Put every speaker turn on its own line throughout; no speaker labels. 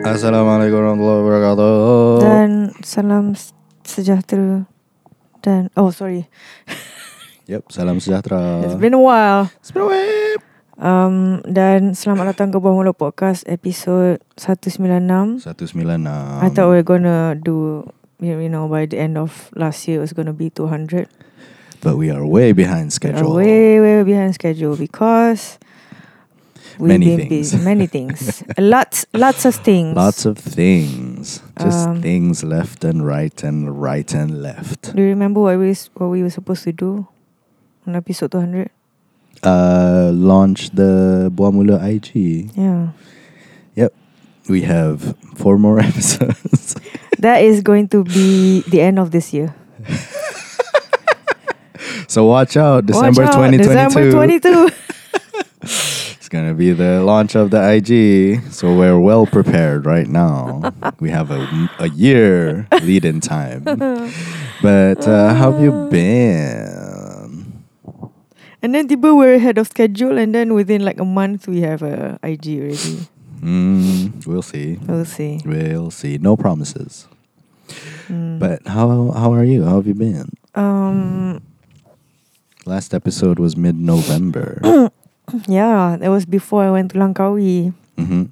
Assalamualaikum warahmatullahi wabarakatuh.
Dan salam s- sejahtera Dan Oh sorry
Yep, salam sejahtera.
It's been a while
It's been a while.
um, Dan selamat datang ke Buah Mulut Podcast Episode 196
196.
I thought we were gonna do You you know by the end of last year It was gonna be 200
But we are way behind
We are
schedule.
way way behind schedule Because we've
Many
been
things.
busy- Many things Lots lots of things
Lots of things. Just
Um,
things left and right and right and left.
Do you remember what we, s- what we were supposed to do On episode 200
Uh launch the Buamula IG.
Yeah
We have four more episodes.
That is going to be the end of this year.
so watch out December
Watch out,
2022.
December 22.
It's gonna be the launch of the IG, so we're well prepared right now. we have a, a year lead in time. But uh, how have you been?
and then tiba we're ahead of schedule and then within like a month we have a IG already.
Mm, we'll see.
We'll see.
We'll see. No promises.
Mm.
But how how are you? How have you been?
um
Last episode was mid November.
yeah, that was before I went to Langkawi.
hmm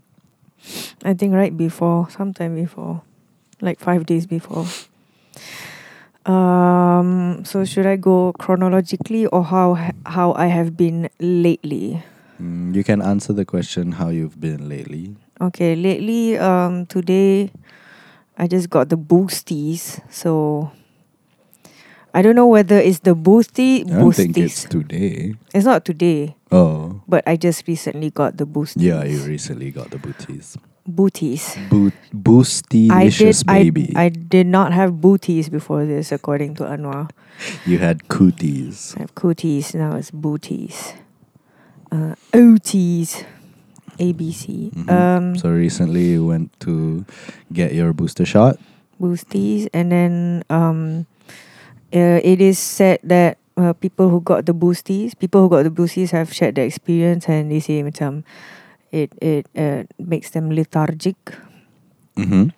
I think right before, sometime before. Like 5 days before. Um so should I go chronologically or how how I have been lately?
Mm, you can answer the question how you've been lately.
Okay, lately, um, today, I just got the boosties. So, I don't know whether it's the boosty
I don't think it's
boosties. It's,
today.
not today,
Oh.
but I just recently got the boosties.
Yeah, you recently got the booties.
booties.
Boot, boosty
I did.
licious baby.
I, I did not have booties before this, according to Anwar.
you had cooties.
I have cooties now. It's booties. Uh, OTs, ABC.
Mhm.
Um,
so recently you went to get your booster shot.
boosties and then um uh, it is said that uh, people who got the boosties people who got the boosties have shared their experience and they say macam it it uh, makes them lethargic
Mm-hmm.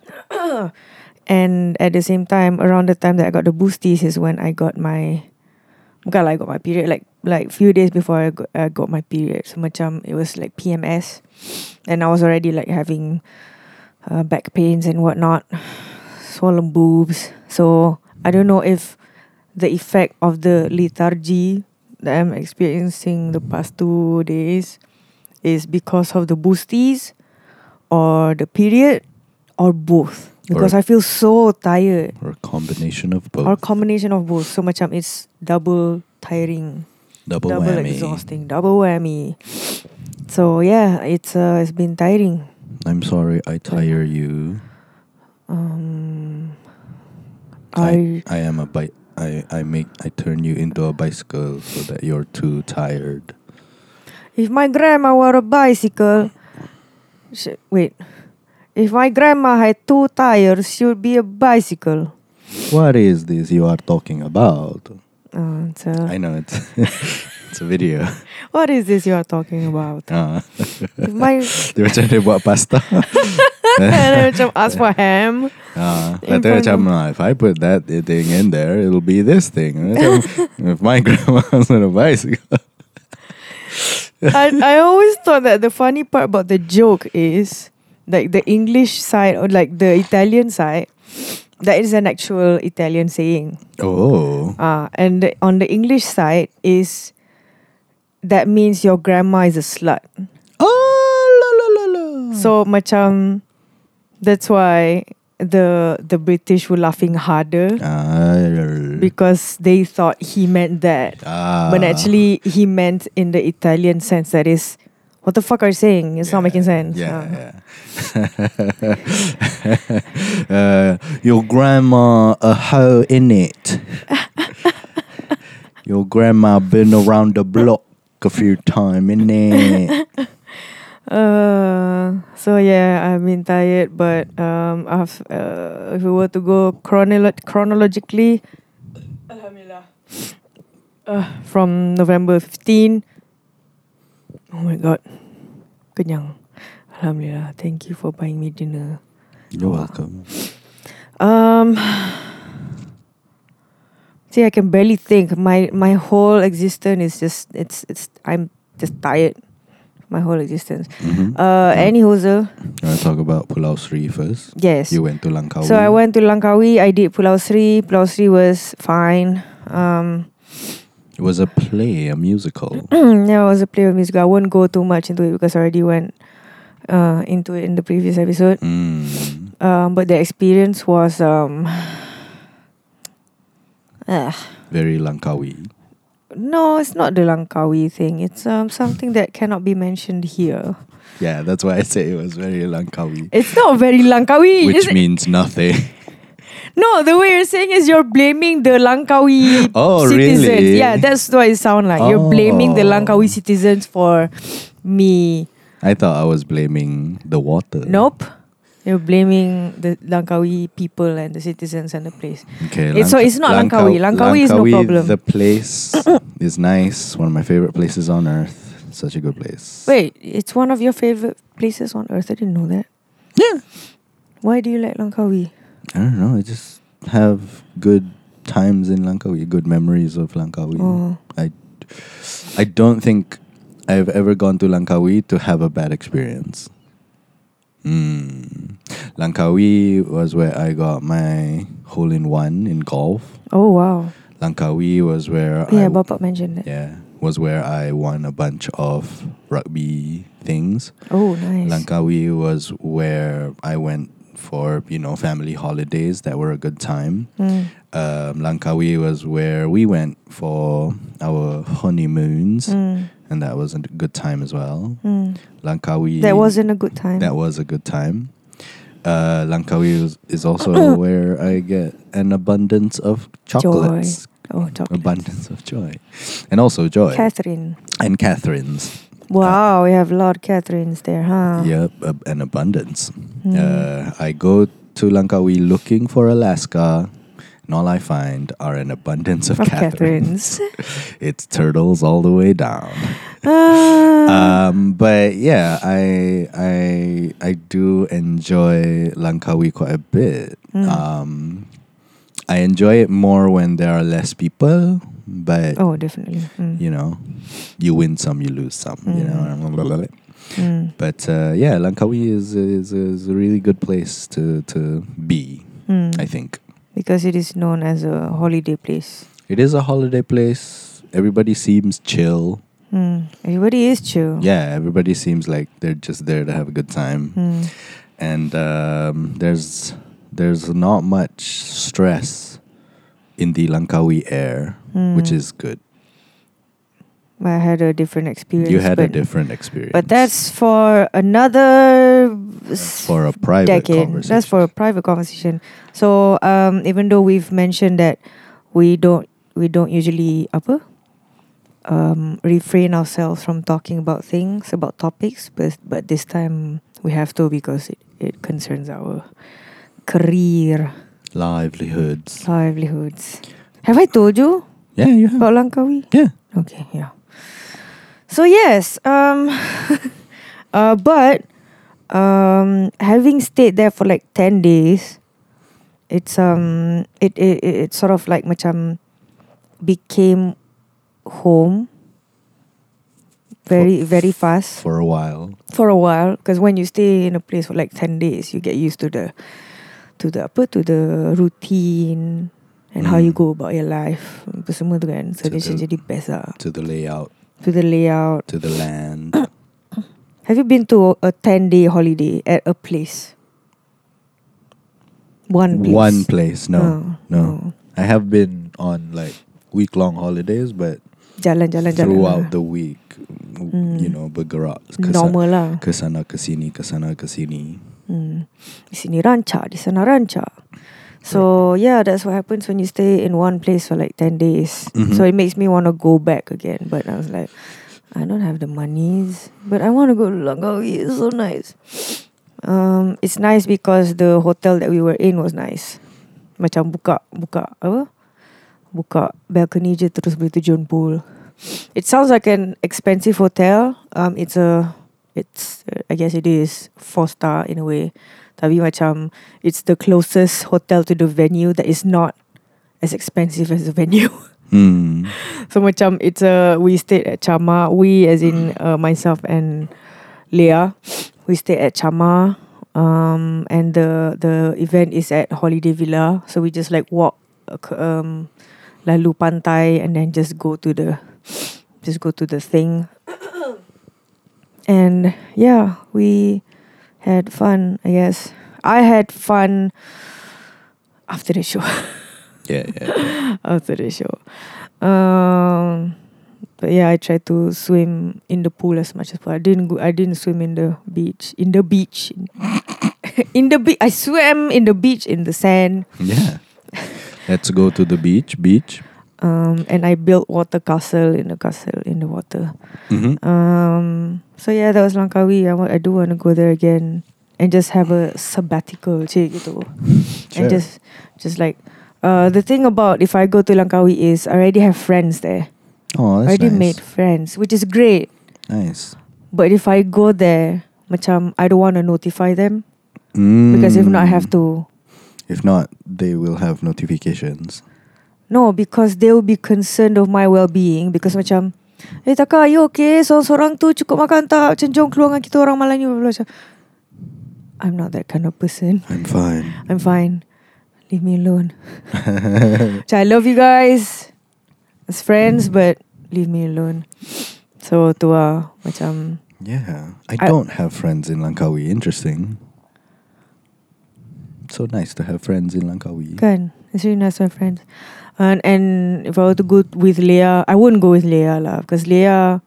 and at the same time around the time that I got the boosties is when I got my bukan lah, I got my period like like few days before I got, I got my period so macam it was like PMS and I was already like having uh, back pains and whatnot swollen boobs so I don't know if the effect of the lethargy that I'm experiencing the past two days is because of the boosties or the period or both because
Or-
I feel so tired
Or a combination of both.
or combination of both so macam it's double tiring
double,
double
whammy.
exhausting double whammy so yeah it's uh, it's been tiring
I'm sorry, I tire you.
um
I,
I-
I am a bike. I, I make I turn you into a bicycle so that you're too tired.
If my grandma were a bicycle, sh- wait. If my grandma had two tires, she would be a bicycle.
What is this you are talking about?
Uh, it's
I
a-
know it's it's a video.
what is this you are talking about?
Uh,
If my
dia macam dia buat pasta.
Dia macam ask for ham,
Ah,
In
kata
front
macam ah, if I put that thing in there, it'll be this thing. Macam, if my grandma's on a bicycle,
I, I always thought that the funny part about the joke is like the English side or like the Italian side. That is an actual Italian saying.
oh,
Ah, and the- on the English side is that means your grandma is a slut.
oh, la la la la.
So macam that's why the the British were laughing harder
ah,
because they thought he meant that.
ah,
but actually he meant in the Italian sense that is what the fuck are you saying? It's not
Yeah,
making sense.
Yeah,
Ah.
yeah. uh, your grandma a hoe in it. your grandma been around the block a few time in it.
Uh, so yeah, I've been tired, but um, I've, uh, if we were to go chronolo- chronologically, Alhamdulillah, uh, from November 15. Oh my god, kenyang. Alhamdulillah, thank you for buying me dinner.
You're
Wow.
welcome.
Um, see, I can barely think. My my whole existence is just it's it's I'm just tired. My whole existence.
Mhm.
Uh, any hoser?
You want to talk about Pulau Sri first?
Yes.
You went to Langkawi.
So I went to Langkawi. I did Pulau Sri. Pulau Sri was fine. Um,
It was a play, a musical.
yeah, I was a play with music. I won't go too much into it because I already went uh into it in the previous episode.
Mm.
Um, but the experience was um. ah.
Very Langkawi.
No, it's not the Langkawi thing. It's um something that cannot be mentioned here.
Yeah, that's why I say it was very Langkawi.
It's not very Langkawi.
Which
is-
means nothing.
no, the way you're saying is you're blaming the Langkawi
Oh,
citizens.
really?
Yeah, that's what it sounds like. You're blaming the
Oh.
Langkawi citizens for me.
I thought I was blaming the water.
Nope. You're blaming the Langkawi people and the citizens and the place.
Okay.
It's- so it's not Langkawi. Langkawi is no problem.
The place is nice. One of my favorite places on earth. Such a good place.
Wait, it's one of your favorite places on earth. I didn't know that.
Yeah.
Why do you like Langkawi?
I don't know. I just have good times in Langkawi. Good memories of Langkawi.
Oh.
I, I don't think I've ever gone to Langkawi to have a bad experience. Mm. Langkawi was where I got my hole in one in golf.
Oh wow.
Langkawi was where I
Yeah, Bapak mentioned that.
yeah was where I won a bunch of rugby things.
Oh nice.
Langkawi was where I went for you know family holidays that were a good time.
Mm.
Um, Langkawi was where we went for our honeymoons,
Mm.
and that was a good time as well.
Mm.
Langkawi
That wasn't a good time.
that was a good time. Uh, Langkawi is, is also where I get an abundance of chocolates.
oh, chocolate.
Abundance of joy. And also joy.
Catherine.
and Catherine's. Uh,
Wow, we have a lot of Catherines there, huh?
Yep, ab- an abundance.
Mm.
Uh, I go to Langkawi looking for Alaska, and all I find are an abundance of,
Of
Catherines.
Catherines.
it's turtles all the way down.
Ah.
Um, but yeah, I I I do enjoy Langkawi quite a bit.
Mm.
Um, I enjoy it more when there are less people, but
oh, definitely. Mm.
you know, you win some, you lose some. You
Mm.
know,
Mm.
but uh, yeah, Langkawi is, is is a really good place to to be.
Mm.
I think
Because it is known as a holiday place.
it is a holiday place. Everybody seems chill.
Mm. Everybody is chill.
Yeah, everybody seems like they're just there to have a good time.
Mm.
and um, there's there's not much stress in the Langkawi air,
Mm.
which is good.
I had a different experience.
You had a
but-
different experience,
But that's for another
That's for a private
decade.
conversation.
That's for a private conversation. So um, even though we've mentioned that we don't we don't usually upper um, refrain ourselves from talking about things about topics, but but this time we have to because it, it concerns our career
livelihoods.
livelihoods. Have I told you
Yeah, you have.
about Langkawi?
yeah,
Okay, yeah. So yes, um uh but um having stayed there for like 10 days, it's um it it, it it's sort of like macam became home very very fast
for a while.
for a while because when you stay in a place for like 10 days you get used to the to the apa to the routine and how
Mm.
you go about your life apa semua tu kan
To
so dia
the-
jadi best lah
To the layout,
to the layout
to the land.
have you been to a 10 day holiday at a place one place
One place, no,
Oh,
no.
oh.
I have been on like week long holidays, but
jalan jalan jalan
throughout
lah.
the week, w- you know, bergerak. Kesana,
Mm. normal lah
Kesana kesini, kesana kesini.
Hmm. Di sini rancak, di sana rancak. So yeah, that's what happens when you stay in one place for like 10 days.
Mhm.
So it makes me want to go back again. But I was like, I don't have the monies, but I want to go to Langkawi. It's so nice. Um, it's nice because the hotel that we were in was nice. Macam buka, buka, apa? Buka balcony je terus boleh terjun pool. It sounds like an expensive uh, hotel. Um, it's a, it's, I guess it is four star in a way. Tapi macam it's the closest hotel to the venue that is not as expensive as the venue.
Hmm.
so macam it's a we stayed at Chama. We as in uh, myself and Leah, we stayed at Chama. Um, and the the event is at Holiday Villa. So we just like walk ac- um, lalu pantai and then just go to the just go to the thing. and yeah, we had fun. I guess I had fun after the show.
Yeah, yeah.
after the show. Um, but yeah, I tried to swim in the pool as much as possible. I didn't. Go, I didn't swim in the beach. In the beach. in the beach, I swam in the beach in the sand.
yeah. Let's go to the beach. Beach.
Um, and I built water castle in the castle in the water.
hmm
Um, so yeah, that was Langkawi. I want. I do want to go there again and just have a sabbatical. Cik, gitu.
Sure.
And just, just like. Uh, the thing about if I go to Langkawi is I already have friends there.
oh, that's
I already
nice.
made friends, which is great.
Nice.
But if I go there, macam I don't want to notify them because if not, I have
Mm.
to.
If not, they will have notifications.
No, because they will be concerned of my well-being because macam, eh Taka, you okay? So seorang tu cukup makan tak? Macam jom keluar dengan kita orang malam ni. blah, blah, blah." Macam, I'm not that kind of person.
I'm fine.
I'm fine. Leave me alone. Macam, I love you guys as friends, but leave me alone. So tu lah macam
yeah. I,
I-
don't have friends in Langkawi. Interesting. So nice to have friends in Langkawi.
Kan It's really nice to have friends and, and if I were to go with Leah I wouldn't go with Leah lah Because Leah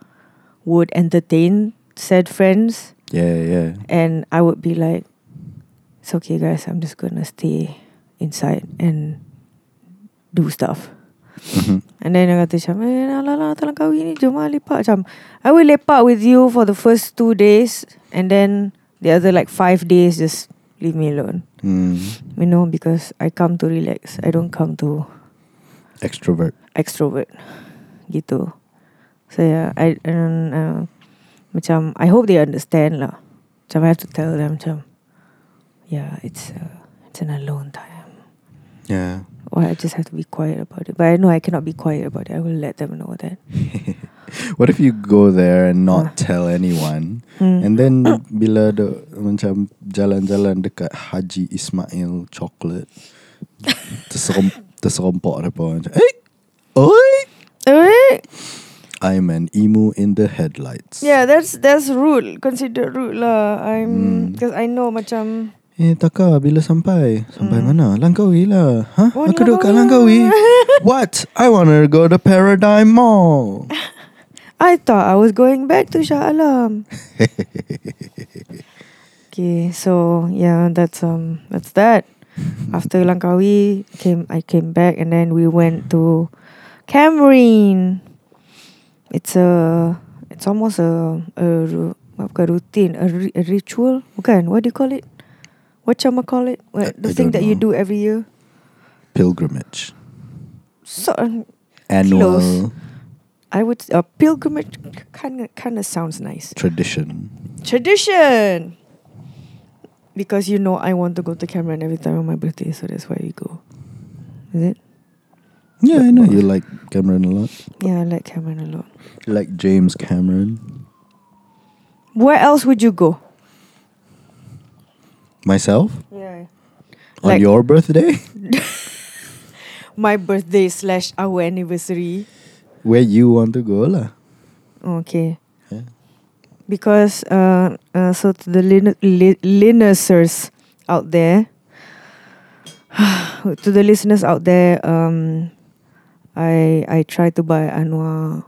would entertain said friends
Yeah, yeah.
And I would be like It's okay guys I'm just gonna stay inside And do stuff
Mhm.
And then I kata macam Eh lah lah lah Talang kawi ni Jom lah lepak Macam I will lepak with you For the first two days And then The other like five days Just leave me alone
Mm.
you know, because I come to relax. I don't come to
Extrovert.
extrovert. Gitu. So yeah, I and uh, macam I hope they understand lah. Macam I have to tell them macam yeah, it's uh, it's an alone time.
Yeah.
Or I just have to be quiet about it. But I know I cannot be quiet about it. I will let them know that.
What if you go there and
Ah.
not tell anyone?
Hmm.
And then bila do, macam jalan-jalan dekat Haji Ismail Chocolate terserom, terserompak dia pun macam, Eh, oi,
Eh,
I'm an emu in the headlights
yeah, that's that's rude. Consider rude lah. I'm
Hmm.
because I know macam
Eh Taka bila sampai Sampai
Mm.
mana Langkawi lah Ha?
Oh,
Aku duduk kat
Langkawi.
Langkawi What? I wanna go to Paradigm Mall
I thought I was going back to Shah Alam. okay, so yeah, that's um, that's that. After Langkawi came, I came back, and then we went to Cameroon. It's a, it's almost a a, ru- bukan routine, a, ri- a ritual. Bukan, what do you call it? What you call it?
I-
What, the
I
thing
don't
that you
know.
do every year.
Pilgrimage
So
Annual
Close. I would a pilgrimage kind of kind of sounds nice.
tradition
Tradition. Because you know I want to go to Cameron every time on my birthday, so that's why we go. Is it?
Yeah I know you like Cameron a lot
Yeah, I like Cameron a lot.
You like James Cameron
Where else would you go?
Myself
Yeah.
On
Like-
your birthday
My birthday slash our anniversary.
Where you want to go lah
Okay.
yeah.
Because uh, uh so to the lin- li- listeners out there, to the listeners out there, um, I I try to buy Anwar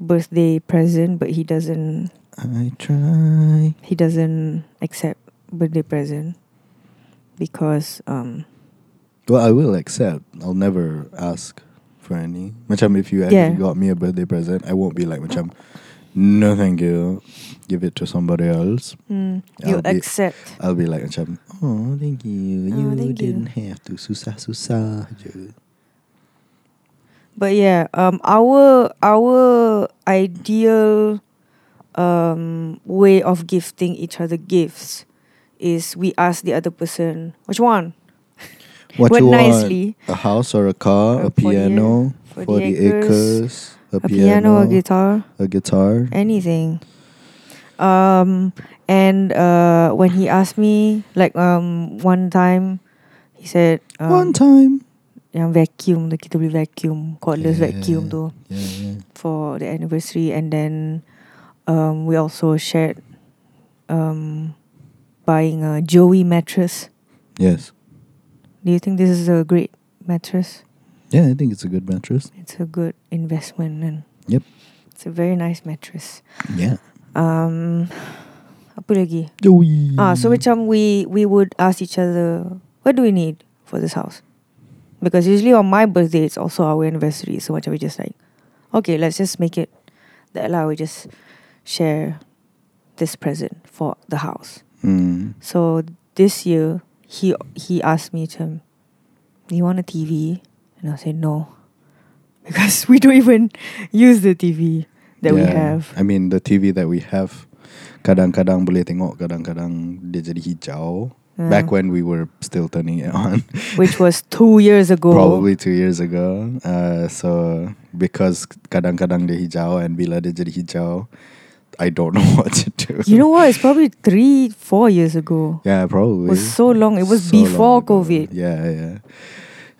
birthday present, but he doesn't
I try
he doesn't accept birthday present because um
Well I will accept I'll never ask for any Macam if you
Yeah.
actually got me a birthday present I won't be like Macam No thank you Give it to somebody else
mm,
I'll
you
be-
accept
I'll be like macam Oh thank you
Oh,
You
thank you."
didn't have to Susah-susah je
but yeah um our our ideal um way of gifting each other gifts is we ask the other person which one
What
Word
you
nicely.
want? A house or a car? A,
Uh, 40
piano? 40,
40
acres?
acres,
a,
a
piano?
piano, a guitar,
a guitar?
anything. Um, and uh, when he asked me, like um, one time, he said, um,
One time.
yang vacuum tu kita beli vacuum cordless
Yeah.
vacuum tu
Yeah, yeah.
for the anniversary and then um, we also shared um, buying a Joey mattress.
Yes.
Do you think this is a great mattress?
Yeah, I think it's a good mattress.
It's a good investment and
Yep.
it's a very nice mattress.
Yeah.
Um, apa lagi?
Joey.
Ah, so macam we we would ask each other, what do we need for this house? Because usually on my birthday, it's also our anniversary. So much we just like, okay, let's just make it that lah. We just share this present for the house.
Mm.
So this year, he he asked me to, do you want a TV? And I said no, because we don't even use the TV that we
Yeah.
have.
I mean, the TV that we have, kadang-kadang boleh tengok, kadang-kadang dia jadi hijau.
Ah,
Back when we were still turning it on.
which was two years ago.
Probably two years ago. Uh, so because kadang-kadang dia hijau and bila dia jadi hijau, I don't know what to do.
You know what? It's probably three, four years ago.
Yeah, probably.
It was so long. It was
So long
before
ago.
COVID.
Yeah, yeah.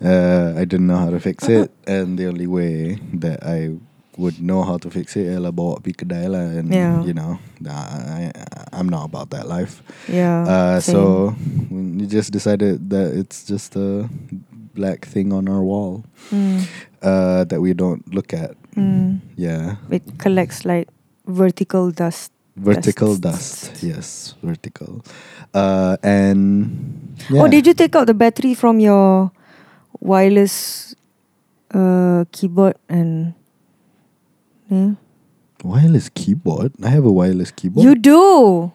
Uh, I didn't know how to fix it,
Uh-huh.
and the only way that I would know how to fix it ialah bawa pergi kedai lah, and
Yeah.
you know, nah, I, I'm not about that life.
Yeah.
Uh,
Oh, same.
so we just decided that it's just a black thing on our wall
Mm,
uh, that we don't look at.
mm.
Yeah,
it collects like vertical dust.
vertical
Dust.
dust. Yes, vertical. Uh, and
Oh,
yeah.
did you take out the battery from your wireless uh, keyboard and? Yeah.
Wireless keyboard? I have a wireless keyboard.
You do.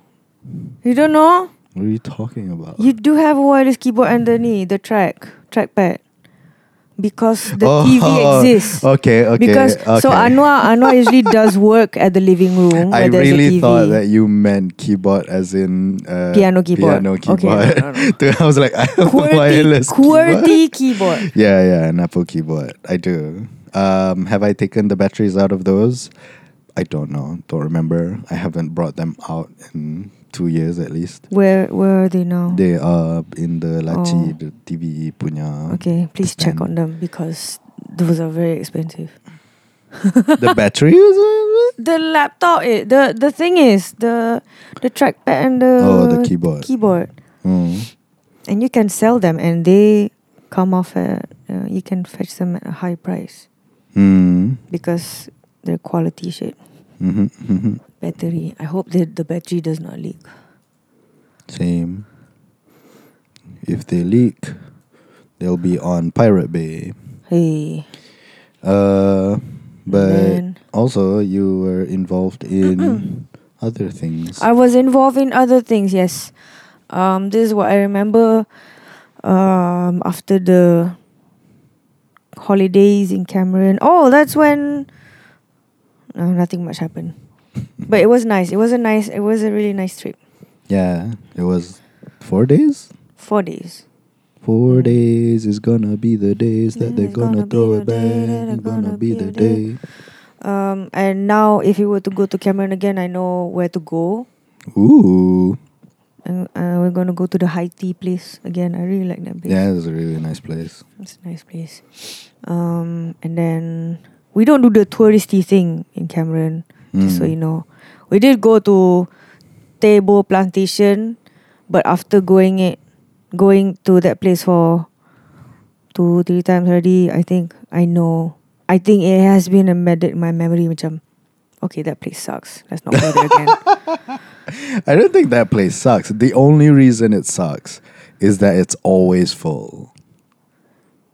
You don't know?
what are you talking about?
You do have a wireless keyboard underneath the track trackpad because the
Oh,
TV exists.
Okay, okay.
because
okay.
so Anwar Anwar usually does work at the living room.
I
where there's a
really
TV.
thought that you meant keyboard as in uh,
Piano keyboard.
Piano
Okay,
keyboard.
no, no,
I was like, I have a
QWERTY,
wireless keyboard.
QWERTY keyboard.
Yeah, yeah, an Apple keyboard. I do. Um, have I taken the batteries out of those? I don't know. Don't remember. I haven't brought them out in two years at least.
Where where are they now?
They are in the Lachi,
Oh.
the TV punya.
okay, please check
stand.
on them because those are very expensive.
the batteries? eh?
The laptop, i- the the thing is the the trackpad and the
oh, the keyboard.
keyboard,
Mm.
and you can sell them, and they come off at uh, you can fetch them at a high price
Mm.
because they're quality shit.
Mm-hmm. Mm-hmm.
Battery. I hope that the battery does not leak.
Same. If they leak, they'll be on Pirate Bay.
Hey,
Uh, but
man.
also you were involved in other things.
I was involved in other things, yes. Um, this is what I remember um, after the holidays in Cameron. Oh, that's when no, nothing much happened. But it was nice. It was a nice it was a really nice trip.
yeah, it was four days.
Four days.
Four
Mm.
days is gonna be the days that
Yeah,
they're
it's
gonna,
gonna be
throw
the
it
day
back.
that
It's
are
gonna
gonna
be
be
the
the day.
day.
Um, and now if you were to go to Cameron again, I know where to go.
Ooh,
And uh, we're gonna go to the high tea place again. I really like that place.
yeah, it was a really nice place.
It's a nice place. Um, and then we don't do the touristy thing in Cameron, just so
Mm.
you know. We did go to Tebo Plantation, but after going it, going to that place for two, three times already, I think I know. I think it has been embedded in my memory. Macam, okay, that place sucks. Let's not go there again.
I don't think that place sucks. The only reason it sucks is that it's always full.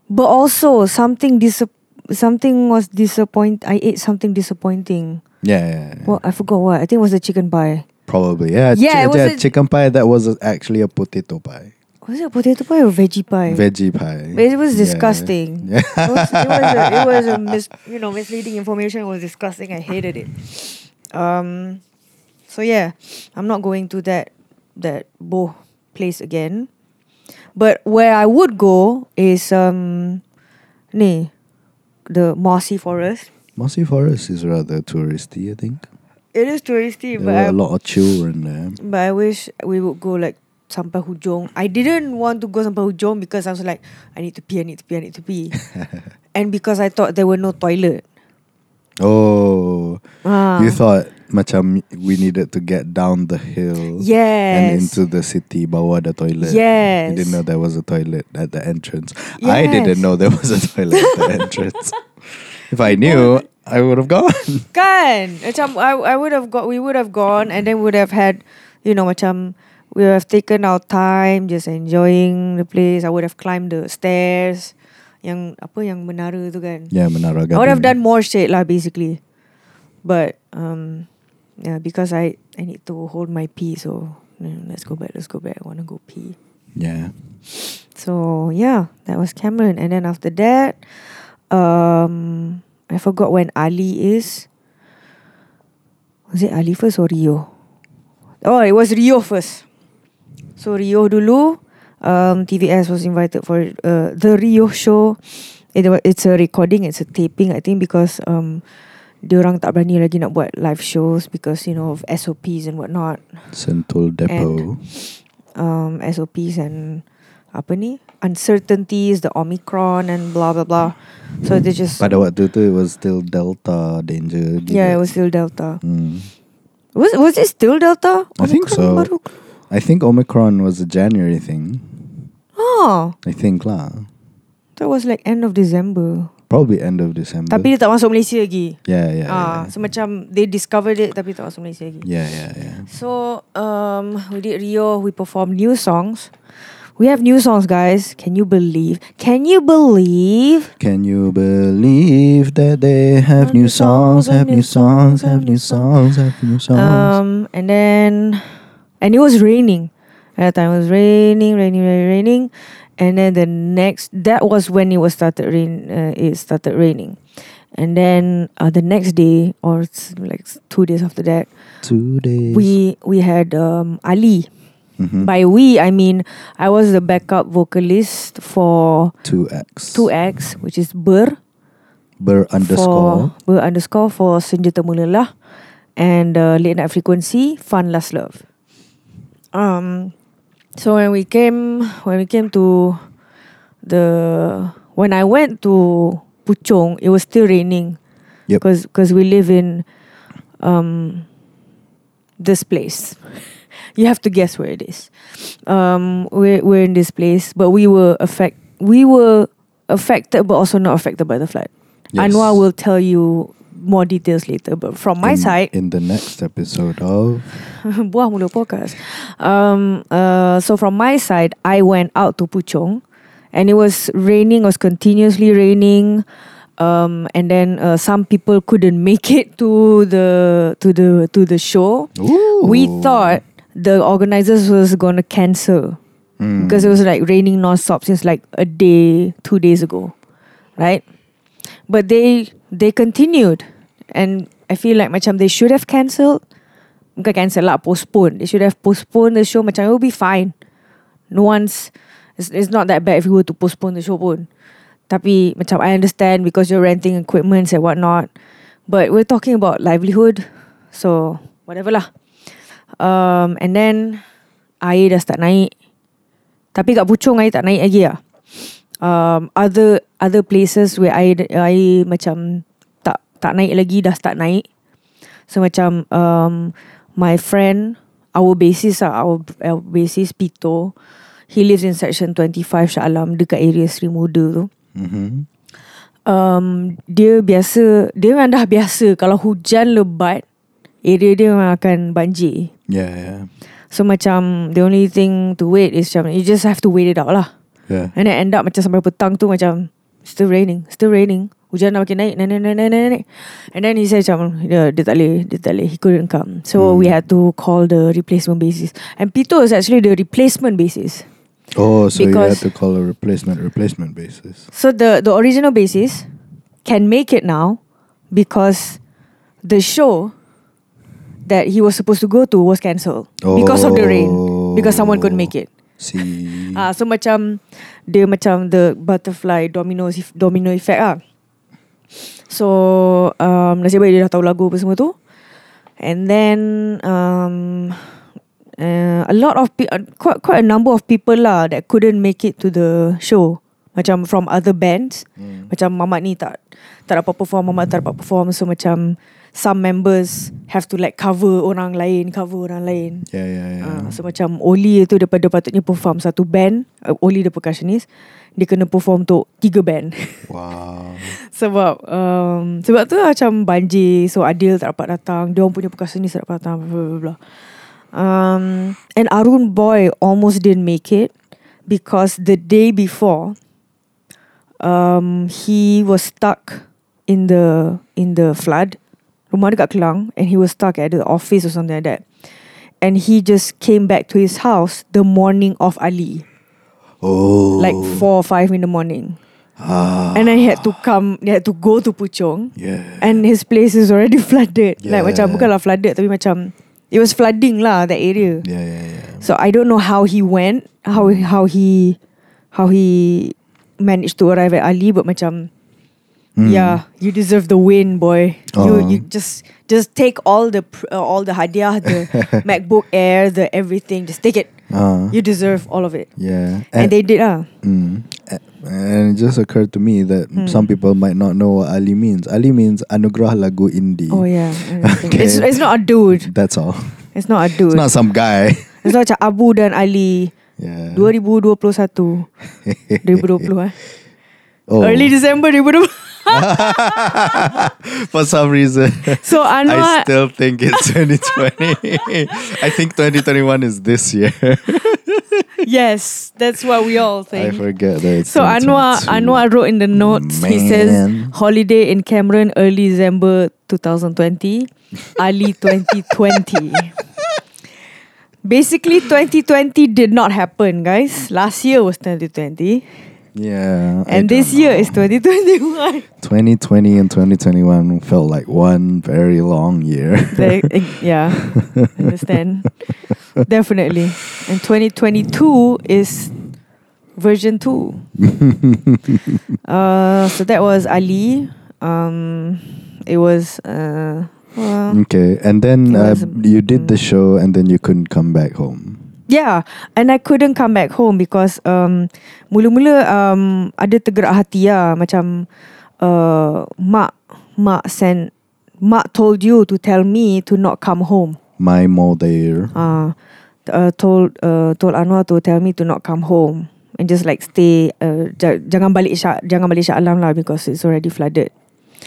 But also something dis- something was disappoint. I ate something disappointing.
Yeah, yeah, yeah.
Well, I forgot what. I think it was the chicken pie.
probably. Yeah, chi-
Yeah, it was
yeah,
a-
chicken pie that was a- actually a potato pie,
Was it a potato pie or veggie pie?
veggie pie.
But it was
Yeah.
disgusting.
Yeah.
It was, it was a, it was a mis, you know misleading information. It was disgusting. I hated it. Um, so yeah, I'm not going to that that boh place again. But where I would go is um ni the mossy forest.
Mossy Forest is rather touristy, I think.
It is touristy,
There
but um,
were a
I,
lot of children there.
but I wish we would go like sampai hujung. I didn't want to go sampai hujung because I was like, I need to pee, I need to pee, I need to pee, and because I thought there were no toilet.
Oh,
Ah.
you thought macam we needed to get down the hill and
Yes.
into the city bawah the toilet.
Yes.
You didn't know there was a toilet at the entrance. I didn't
Yes.
know there was a toilet at the entrance. If I knew, I would have gone.
Kan Macam I, I would have got We would have gone And then would have had You know macam We would have taken our time Just enjoying the place I would have climbed the stairs Yang Apa yang menara tu kan
yeah, Menara
I would have done
Gading.
more shit lah basically But um, Yeah because I I need to hold my pee So mm, Let's go back Let's go back I want to go pee
Yeah.
so yeah, that was Cameron. And then after that, um, I forgot when Ali is. Was it Ali first or Rio? Oh, it was Rio first. So Rio dulu, um, TVS was invited for uh, the Rio show. It, wa- it's a recording, it's a taping, I think, because um, diorang tak berani lagi nak buat live shows because you know of SOPs and whatnot
Sentul Depot.
um, SOPs and apa ni uncertainties, the Omicron and blah blah blah. So they just
Pada waktu tu, it was still Delta danger.
yeah,
juga.
it was still Delta.
Mm.
Was was it still Delta?
I think so.
Omicron baru-
I think Omicron was a January thing.
Oh,
I think lah.
that was like end of December.
Probably end of December.
Tapi dia tak masuk Malaysia lagi.
yeah, yeah,
Ah,
yeah.
so macam they discovered it tapi tak masuk Malaysia lagi.
Yeah, yeah, yeah.
So um, we did Rio. We performed new songs. We have new songs, guys. Can you believe? Can you believe?
Can you believe that they have new songs, have new songs, have new songs, have new songs?
Um, and then, and it was raining. At that time, it was raining, raining, raining, raining. And then the next, that was when it was started rain. Uh, it started raining, and then uh, the next day, or s- like s- two days after that,
Two days.
we we had um, Ali.
Mhm.
By we, I mean I was the backup vocalist for
two X.
Two X, which is Burr
Ber underscore.
for Ber underscore for Senjata Mulalah and uh, Late Night Frequency Fun Last Love. Um, so when we came when we came to the when I went to Puchong, it was still raining
Yep.
because we live in um this place. you have to guess where it is. Um, we're we're in this place, but we were affect we were affected, but also not affected by the flood.
Yes.
Anwar will tell you more details later. But from my
in,
side,
In the next episode of.
buah mulut podcast. Um, uh, so from my side, I went out to Puchong, and it was raining. It was continuously raining. Um, and then uh, some people couldn't make it to the to the to the show. We
Ooh.
thought the organizers was gonna cancel
Mm.
because it was like raining non-stop since like a day, two days ago, right? But they they continued, and I feel like macam they should have cancelled. Bukan cancel lah, postpone. They should have postponed the show. Macam it will be fine. No one's. It's, it's not that bad if you were to postpone the show pun. Tapi macam I understand because you're renting equipments and whatnot. But we're talking about livelihood. So whatever lah. Um, and then air dah start naik. Tapi kat Puchong air tak naik lagi lah. Um, other other places where air, air macam tak tak naik lagi dah start naik. So macam um, my friend, our basis lah, our, our basis Pito, he lives in section 25 Shah Alam dekat area Sri Muda tu.
Mhm.
Um, dia biasa, dia memang dah biasa kalau hujan lebat, area dia memang akan banjir.
Yeah, yeah.
So macam the only thing to wait is macam you just have to wait it out lah.
Yeah.
And then end up macam sampai petang tu macam still raining, still raining. Hujan dah makin naik, naik, naik, naik, naik, naik, naik. And then he said macam, dia, dia tak boleh, dia tak boleh, he couldn't come. So
Hmm.
we had to call the replacement basis. And Pito is actually the replacement basis.
Oh, so you had
Because-
to call a replacement, replacement basis.
So the, the original basis can make it now because the show that he was supposed to go to was cancelled because of the rain. Because someone couldn't make it.
See.
Ah, so macam dia macam the butterfly domino ef- domino effect ah. So um, nasib baik dia dah tahu lagu apa semua tu. And then um, uh, a lot of pe- uh, quite quite a number of people lah that couldn't make it to the show. Macam from other bands.
Hmm.
Macam Mamat ni tak tak dapat perform, Mamat tak dapat perform. So macam some members have to like cover orang lain, cover orang lain.
Yeah, yeah, yeah.
Ah, so macam Oli tu daripada patutnya perform satu band, uh, Oli the percussionist, dia kena perform untuk tiga band.
wow.
sebab um, sebab tu lah macam banjir, so Adil tak dapat datang, dia orang punya percussionist tak dapat datang, blah, blah, blah, blah. Um, and Arun Boy almost didn't make it because the day before um, he was stuck in the in the flood. Rumah dia kat Kelang and he was stuck at the office or something like that. And he just came back to his house the morning of Ali,
Oh.
like four or five in the morning.
Ah.
And then he had to come, he had to go to Puchong.
Yeah.
And his place is already flooded.
Yeah.
Like macam bukanlah flooded tapi macam it was flooding lah that area.
yeah, yeah, yeah.
So I don't know how he went, how how he how he managed to arrive at Ali, but macam
Mm.
yeah, you deserve the win, boy.
Oh.
You you just just take all the pr- uh, all the hadiah, the MacBook Air, the everything. Just take it.
Uh,
You deserve all of it.
yeah.
And, they did ah.
Mm. A- And it just occurred to me that
Hmm.
some people might not know what Ali means. Ali means Anugrah Lagu Indi.
Oh yeah.
Okay.
It's it's not a dude.
That's all.
It's not a dude.
It's not some guy.
It's not macam Abu dan Ali
Yeah.
2021 2020 eh.
Oh.
Early December 2020.
For some reason,
So
I
Anwar
still think it's 2020. I think 2021 is this year.
Yes, that's what we all
I
think.
forget that it's
So Anwar
2022.
Anwar wrote in the notes. He says
Man.
holiday in Cameron early December 2020, Ali 2020. Basically 2020 did not happen, guys. Last year was 2020
Yeah. I
and this
don't
year
know.
is 2021.
2020 and 2021 felt like one very long year.
They- eh, yeah. Understand. Definitely. And 2022 is version 2. Uh, so that was Ali. Um, it was uh, well,
Okay, and then
It
uh,
was a-
you did the
mm.
show, and then you couldn't come back home.
yeah, and I couldn't come back home because um, mula-mula um, ada tergerak hati lah macam uh, mak mak send mak told you to tell me to not come home.
My mother.
Ah, t- uh, told uh, told Anwar to tell me to not come home and just like stay uh, ja- jangan balik Shah jangan balik Shah Alam lah because it's already flooded.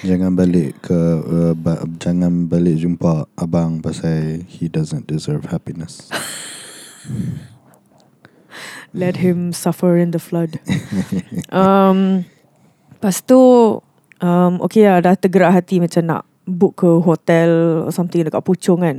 Jangan balik ke uh, ba- jangan balik jumpa abang pasal he doesn't deserve happiness.
Let him suffer in the flood. um, lepas tu, um, okay lah, dah tergerak hati macam nak book ke hotel or something dekat Puchong kan.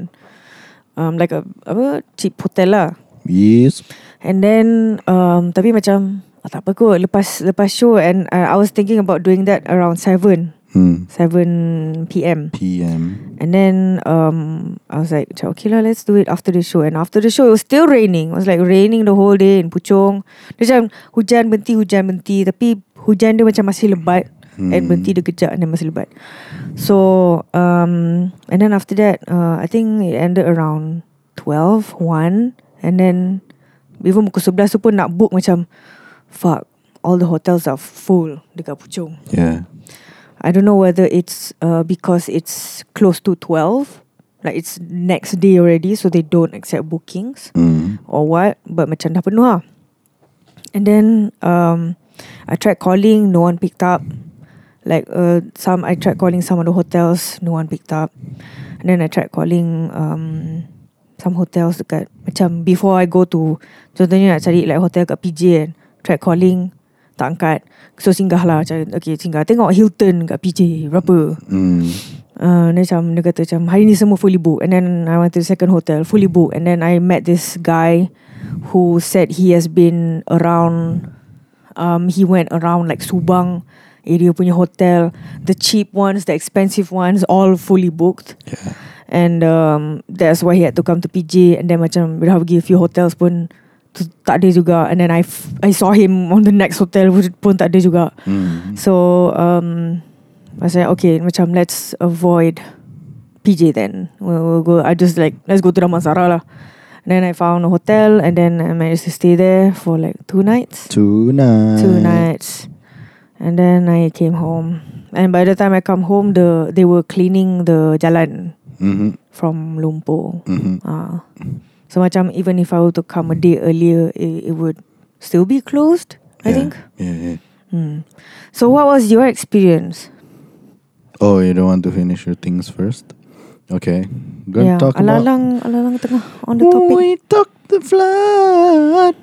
Um, like a, apa, cheap hotel lah.
yes.
And then, um, tapi macam, ah, tak apa kot, lepas, lepas show and uh, I was thinking about doing that around 7,
Hmm.
7 p.m.
PM.
And then um, I was like, macam, okay lah, let's do it after the show. And after the show, it was still raining. It was like raining the whole day in Puchong. Dia macam hujan berhenti, hujan berhenti. Tapi hujan dia macam masih lebat. Hmm. And berhenti dia kejap and then masih lebat. So, um, and then after that, uh, I think it ended around 12, 1. And then, even pukul 11 tu pun nak book macam, fuck, all the hotels are full dekat Puchong.
Yeah.
I don't know whether it's uh, because it's close to 12, like it's next day already, so they don't accept bookings
Hmm.
or what, but macam dah penuh lah. And then um, I tried calling, no one picked up. Like uh, some, I tried calling some of the hotels, no one picked up. And then I tried calling um, some hotels dekat, macam before I go to, contohnya nak cari like hotel kat PJ kan, tried calling, tak angkat. So singgah lah, macam, okay singgah. Tengok Hilton kat PJ, berapa?
Hmm.
Uh, dia macam dia kata macam hari ni semua fully booked and then I went to the second hotel fully booked and then I met this guy who said he has been around um he went around like Subang area punya hotel the cheap ones the expensive ones all fully booked
Yeah.
and um that's why he had to come to PJ and then macam bila pergi a few hotels pun tu tak ada juga and then I f- I saw him on the next hotel pun, pun tak ada juga
Mm.
so um maksudnya okay macam let's avoid PJ then we'll, we'll go I just like let's go to Damansara lah and then I found a hotel and then I managed to stay there for like two nights
Two nights.
two nights and then I came home and by the time I come home the they were cleaning the jalan
Mm-hmm.
from Lumpur
Mm-hmm.
ah so macam even if I were to come a day earlier it, it would still be closed I
yeah.
think
Yeah, yeah.
Hmm. so what was your experience
Oh, you don't want to finish your things first? Okay. Gonna
yeah
talk about
alalang alalang tengah on the topic
We talk the flood.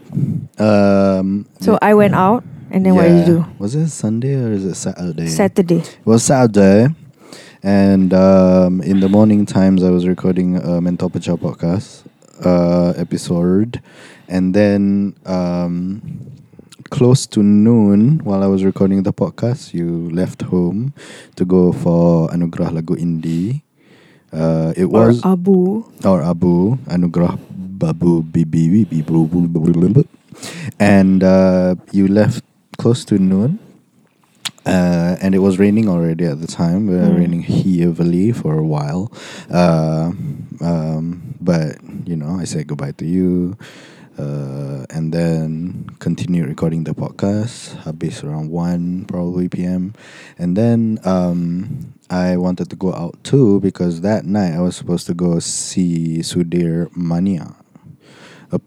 Um
so I went out and then what did you do
Was it Sunday or is it Saturday?
Saturday
It was Saturday. And um, in the morning times, I was recording a Mental Pecah podcast uh, episode. And then um, close to noon, while I was recording the podcast, you left home to go for Anugrah Lagu Indie. Uh, it
or
was
Abu
or Abu Anugrah Babu Bibi Bibi Bru- Bru- Bru- Bru- Bru- and uh, you left close to noon. Uh, and it was raining already at the time. It was
Mm.
raining heavily for a while, uh, um, but you know, I said goodbye to you, uh, and then continued recording the podcast. Habis around one probably p.m. And then um, I wanted to go out too because that night I was supposed to go see Sudhir Mania, a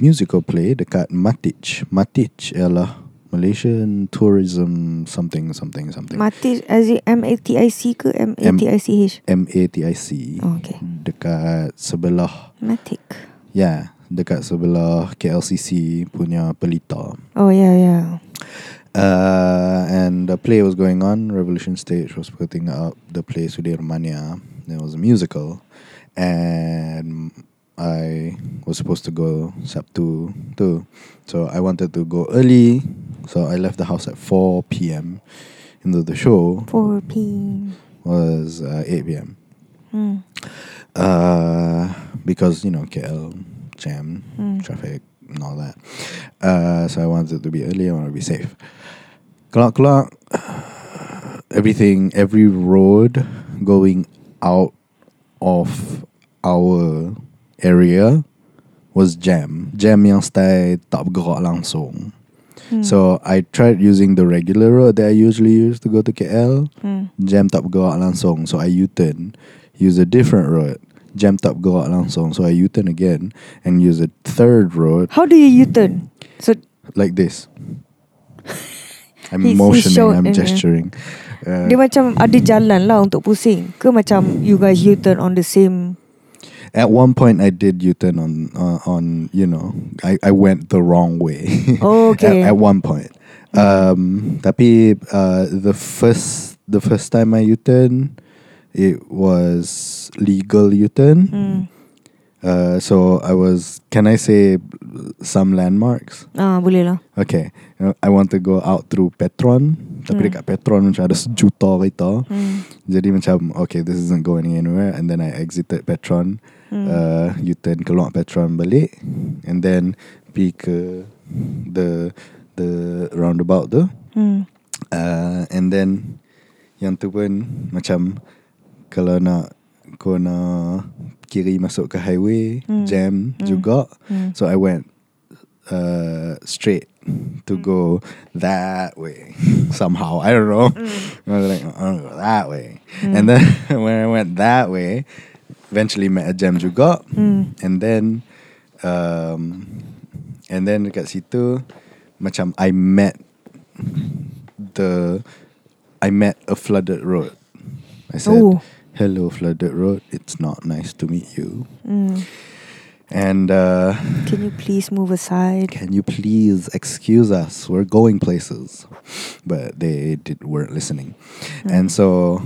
musical play dekat Matic. Matic ialah Malaysian tourism something something something.
Matic as in M-A-T-I-C ke M-A-T-I-C-H
M A T I C. Hmm.
Oh, okay.
Dekat sebelah.
Matic
Yeah, dekat sebelah KLCC punya pelita.
oh yeah yeah
Uh, and the play was going on. Revolution Stage was putting up the play Sudirmania. It was a musical, and I was supposed to go Sabtu too. So I wanted to go early, so I left the house at four p.m. And the, the show
4 p.m.
was uh, eight p.m.
Hmm.
Uh, because you know KL jam,
Mm.
traffic, and all that. Uh, so I wanted to be early. I wanted to be safe. Clock, clock. Everything, every road going out of our area was jam. Jam yang style tak bergerak langsung.
Hmm.
So I tried using the regular road that I usually use to go to KL.
Hmm.
Jam tak bergerak langsung So I U-turn Use a different road Jam tak bergerak langsung So I U-turn again And use a third road
How do you U-turn? So
Like this I'm
He's- he's
motioning
show-
I'm
yeah.
gesturing uh,
dia macam ada jalan lah untuk pusing ke macam you guys U-turn on the same
At one point I did U-turn on uh, On you know I, I went the wrong way
Oh, okay.
at, at one point um, Tapi uh, The first The first time I U-turn It was Legal U-turn
hmm.
Uh, so I was. Can I say some landmarks?
Ah, boleh lah.
Okay, You know, I want to go out through Petron. Tapi
Hmm.
dekat Petron macam ada sejuta kereta.
Hmm.
Jadi macam okay, this isn't going anywhere. And then I exited Petron.
Hmm.
Uh, U-turn keluar Petron balik. And then pergi ke the the roundabout tu.
Hmm.
Uh, and then yang tu pun macam kalau nak kau nak kiri masuk ke highway
Hmm.
jam
Hmm.
juga.
Hmm.
So I went uh, straight to
Hmm.
go that way somehow. I don't know.
Hmm.
I was like, I don't go that way. And then when I went that way, eventually met a jam juga.
Hmm.
And then um, And then dekat situ Macam I met The I met a flooded road I said
Oh.
Hello flooded road It's not nice to meet you
Hmm.
And uh,
Can you please move aside?
Can you please excuse us? We're going places. But they did, weren't listening. And so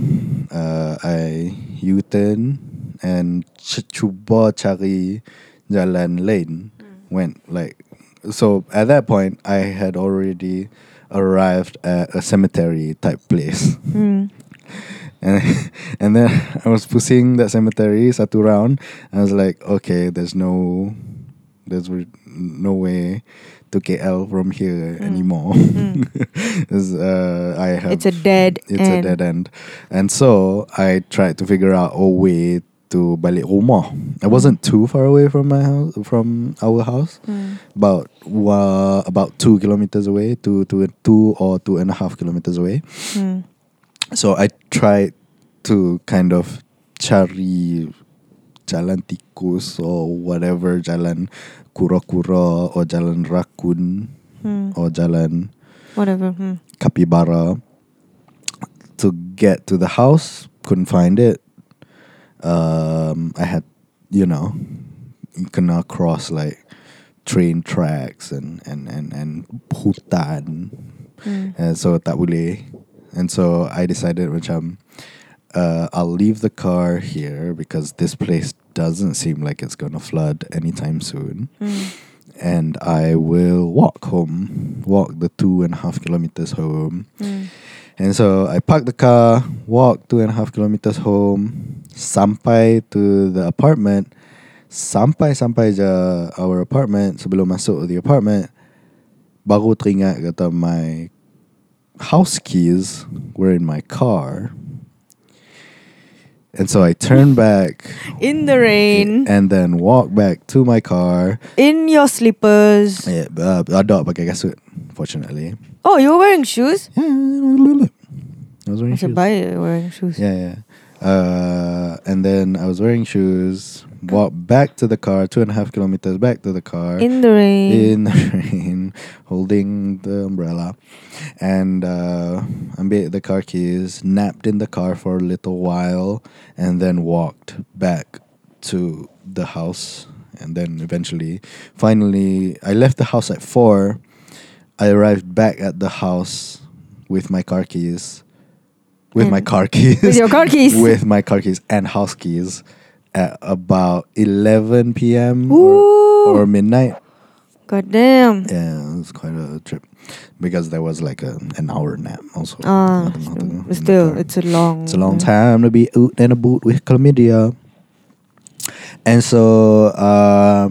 uh, I U-turn and ch- cuba cari jalan lain. Went like so at that point I had already arrived at a cemetery type place.
Hmm.
And and then I was pushing that cemetery satu round. I was like, okay, there's no There's re- no way to KL from here
Mm.
anymore. It's, uh, I have
It's a dead
it's
end.
a dead end. And so I tried to figure out a way to balik rumah. I wasn't too far away from my house, from our house,
hmm,
about uh, about two kilometers away, two two two or two and a half kilometers away.
Mm.
So I tried to kind of cari jalan tikus or whatever jalan kura-kura or jalan rakun
Mm.
or jalan
Whatever. Mm.
capybara to get to the house couldn't find it um i had you know gonna cross like train tracks and and and and hutan
Mm.
and so tak boleh and so i decided macam uh, I'll leave the car here because this place doesn't seem like it's gonna flood anytime soon
Mm.
and I will walk home, walk the two and a half kilometers home.
Mm.
And so I parked the car, walked two and a half kilometers home, sampai to the apartment, sampai sampai je our apartment sebelum masuk the apartment, baru teringat kata my house keys were in my car. And so I turned back
In the rain.
and then walked back to my car.
in your slippers.
Yeah, uh, ada pakai kasut fortunately.
Oh, you were wearing shoes?
Yeah, I was wearing
Masih
shoes.
baik wearing shoes.
Yeah, yeah. Uh, and then I was wearing shoes. Walked back to the car, two and a half kilometers back to the car
In the rain.
in the rain, holding the umbrella, and uh, ambil the car keys. Napped in the car for a little while, and then walked back to the house. And then eventually, finally, I left the house at four. I arrived back at the house with my car keys, with my
And-
car keys,
with your car keys.
with my car keys and house keys at about 11 p.m.
Ooh.
or or midnight.
God damn.
Yeah, it was quite a trip because there was like a, an hour nap also. I
Ah,
don't know how to go in the
still,
car.
it's a long.
It's a long time to be out and about with chlamydia. And so um,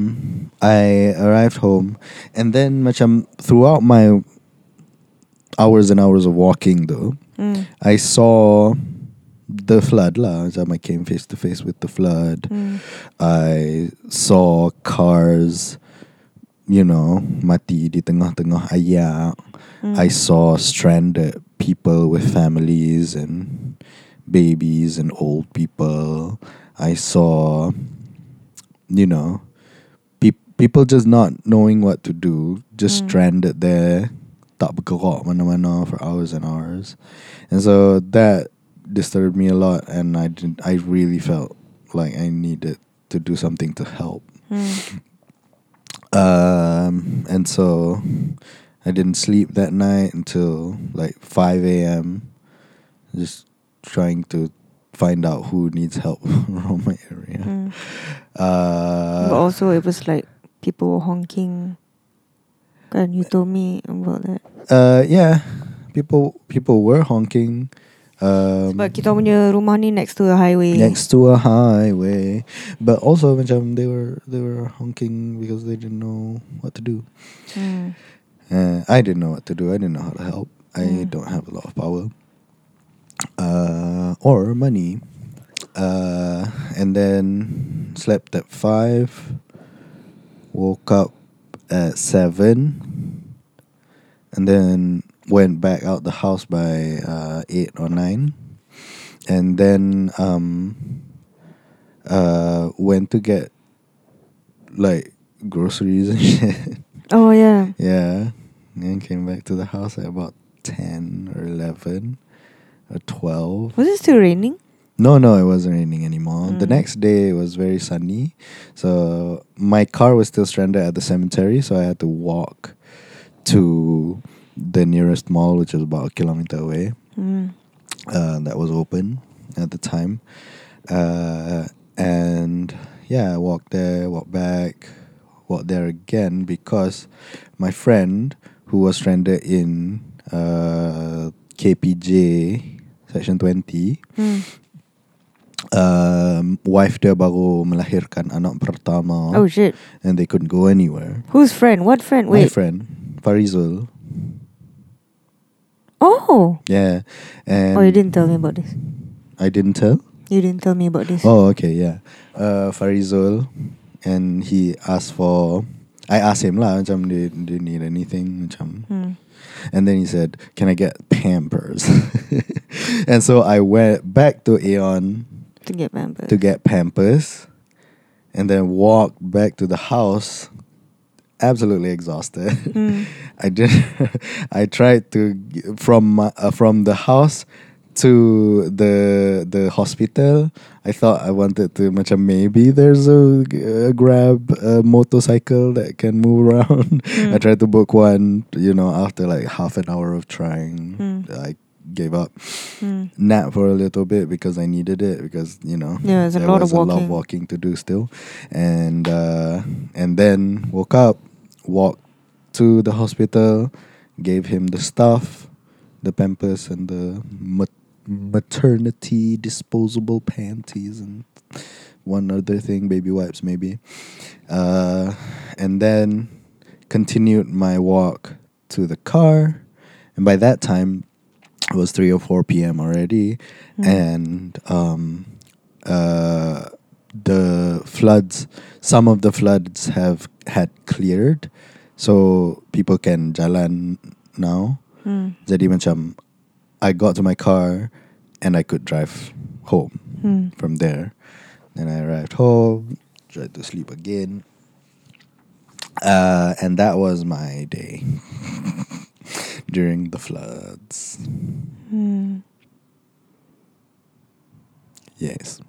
I arrived home, and then macam throughout my hours and hours of walking though,
Mm,
I saw the flood lah. Macam I came face to face with the flood.
mm,
I saw cars, you know, mati di tengah-tengah ayak.
mm.
I saw stranded people with families and babies and old people. I saw, you know, peop people just not knowing what to do, just
Mm.
stranded there, tak bergerak mana-mana for hours and hours. And so that disturbed me a lot and I didn't, I really felt like I needed to do something to help.
Mm.
Um, and so I didn't sleep that night until like 5 a.m. Just trying to find out who needs help around my area.
Mm.
Uh,
but also, it was like people were honking. God, you told me about that.
uh, yeah, people people were honking. Um,
Sebab kita punya rumah ni next to a highway.
next to a highway, but also macam they were they were honking because they didn't know what to do.
Mm.
Uh, I didn't know what to do. I didn't know how to help. I
Mm.
don't have a lot of power uh, or money. Uh, and then slept at five, woke up at seven, and then went back out the house by uh, eight or nine, and then um, uh, went to get like groceries and shit.
Oh, yeah.
Yeah. And then came back to the house at about 10 or 11 or 12.
Was it still raining?
No, no, it wasn't raining anymore. The
Mm.
next day it was very sunny. So my car was still stranded at the cemetery, so I had to walk to the nearest mall, which was about a kilometer away
Mm.
uh, that was open at the time. Uh, and yeah, I walked there, walked back, walked there again because my friend who was stranded in
Hmm.
uh, KPJ section 20
Mm.
um, wife dia baru melahirkan anak pertama
Oh shit.
and they couldn't go anywhere.
Whose friend? What friend?
My
Wait.
friend Farizul,
Oh.
yeah, and
oh, you didn't tell me about this.
I didn't tell.
You didn't tell me about this.
Oh, okay, yeah. Uh, Farizul, and he asked for. I asked him lah, macam do, do you need anything, macam.
Hmm.
And then he said, "Can I get Pampers?" and so I went back to Aeon
To get pampers.
to get Pampers, and then walked back to the house, absolutely exhausted.
Mm.
I did. I tried to g- from my- uh, from the house to the the hospital. I thought I wanted to macam maybe there's a, a grab a motorcycle that can move around.
Mm.
I tried to book one. You know, after like half an hour of trying,
Mm.
I gave up.
Mm.
Nap for a little bit because I needed it because you know
Yeah, there's a
there
lot
was
of
a lot of walking
walking.
to do still, and uh, and then woke up, walked to the hospital, gave him the stuff, the pampers and the mat- maternity disposable panties and one other thing, baby wipes maybe, uh, and then continued my walk to the car, and by that time it was oh 3 or 4 p.m. already
Mm.
and um, uh, the floods some of the floods have had cleared so people can jalan now
Mm.
jadi macam I got to my car and I could drive home
Mm.
from there then I arrived home tried to sleep again uh, and that was my day during the floods Hmm.
Mm.
Yes.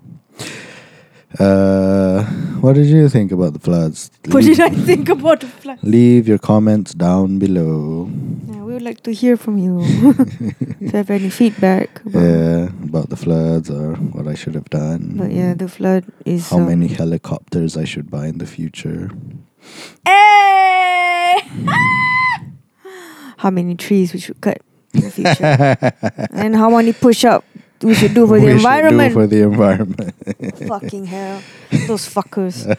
Uh, what did you think about the floods?
What did I think about the flag?
Leave your comments down below.
Yeah, we would like to hear from you. if you have any feedback. About,
Yeah, about the floods or what I should have done.
But yeah, the flood is.
how
um,
many helicopters I should buy in the future.
Hey!
Hmm.
how many trees we should cut in the future. and how many push up we should do for
We
the
should
environment.
Do for the environment.
Fucking hell. Those fuckers.
Uh,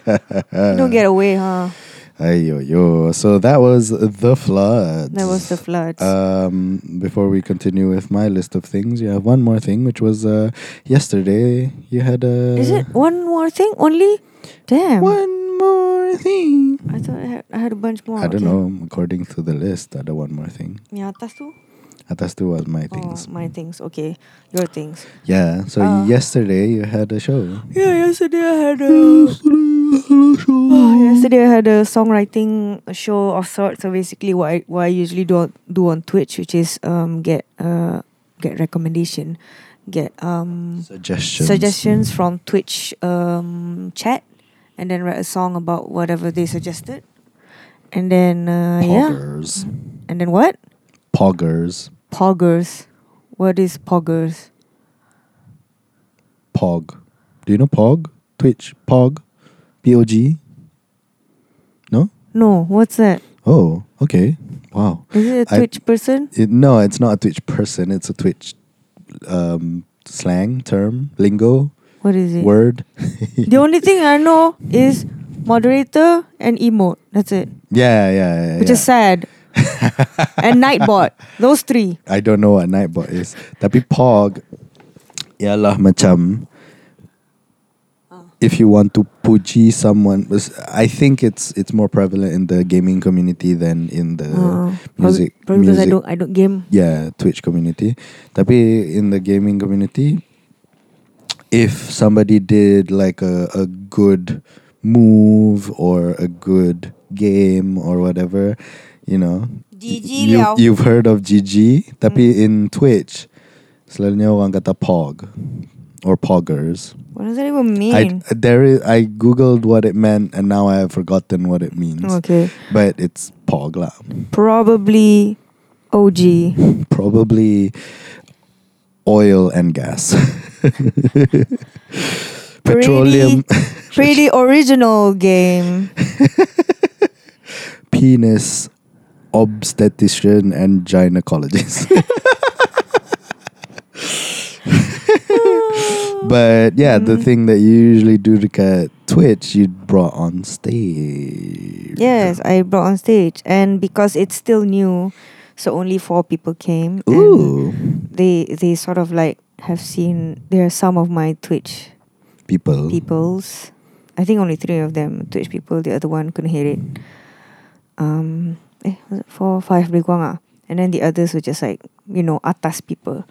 You don't get away, huh?
Ayo yo. So that was the floods.
That was the floods.
Um, before we continue with my list of things, you have one more thing, which was uh, yesterday you had a.
Is it one more thing only? Damn.
One more thing.
I thought I had, I had a bunch more.
I don't
Okay.
know. According to the list, ada one more thing.
Yang atas tu?
Atas tu was my
Oh,
things.
my things. Okay. Your things.
Yeah. So
Uh.
yesterday you had a show.
Yeah, yesterday I had a... Oh, Yesterday I had a songwriting show of sorts. So basically, what I, what I usually do on, do on Twitch, which is um get uh get recommendation, get um
Suggestions.
suggestions from Twitch um chat, and then write a song about whatever they suggested, and then uh, yeah,
Poggers.
and then what
Poggers.
poggers? What is poggers?
Pog. Do you know Pog? Twitch. Pog. P O G. No.
No, what's that?
Oh. Okay. Wow.
Is it a
I-
Twitch person?
It, no, it's not a Twitch person. It's a Twitch um, slang term, lingo,
What is it?
word.
The only thing I know is moderator and emote. That's it.
Yeah, yeah, yeah.
which is
yeah.
sad. and Nightbot, those three.
I don't know what Nightbot is. Tapi Pog, ialah macam
Ah.
if you want to puji someone, bes- I think it's it's more prevalent in the gaming community than in the Uh,
Oh,
music
probably, probably because I
music
don't, I don't game.
yeah Twitch community. Tapi in the gaming community, if somebody did like a a good move or a good game or whatever, you know,
GG
you,
liao. Hmm.
you've heard of GG. Tapi in Twitch, selalunya orang kata pog or poggers.
What does that even
I
mean?
there is I googled what it meant and now I have forgotten what it means.
okay,
But it's pog lah.
probably OG.
Probably oil and gas. Petroleum,
Pretty original game.
penis, obstetrician, and gynecologist. But yeah, the
Mhm.
thing that you usually do dekat Twitch, you brought on stage.
Yes, I brought on stage, and because it's still new, so only four people came. and
Ooh.
they they sort of like have seen there are some of my Twitch
People.
peoples. I think only three of them Twitch people. The other one couldn't hear it. Um, eh, was it four, five boleh guang ah. And then the others were just like you know atas people.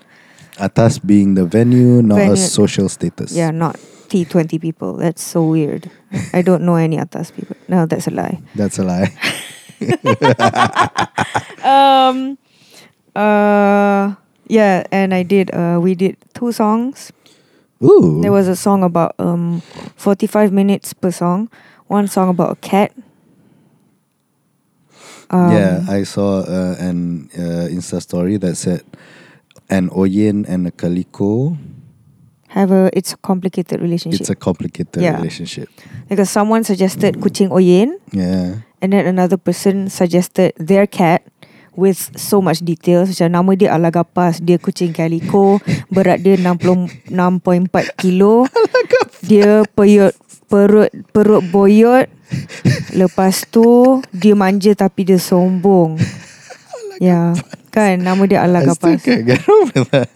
Atas being the venue, not a
Venue.
social status.
Yeah, not T twenty people. That's so weird. I don't know any atas people. No, that's a lie.
That's a lie.
um uh yeah and i did uh we did two songs
Ooh.
there was a song about um 45 minutes per song one song about a cat um,
yeah, I saw uh, an uh, Insta story that said an Oyen and a Kaliko.
have a it's a complicated relationship
It's a Hmm. complicated
Yeah.
relationship.
because someone suggested kucing oyen
Yeah.
and then another person suggested their cat with so much details macam nama dia Alagapas dia kucing calico berat dia 60 6.4 kilo dia perut perut perut boyot lepas tu dia manja tapi dia sombong ya kan nama dia
I still
Alagapas
can't get over that.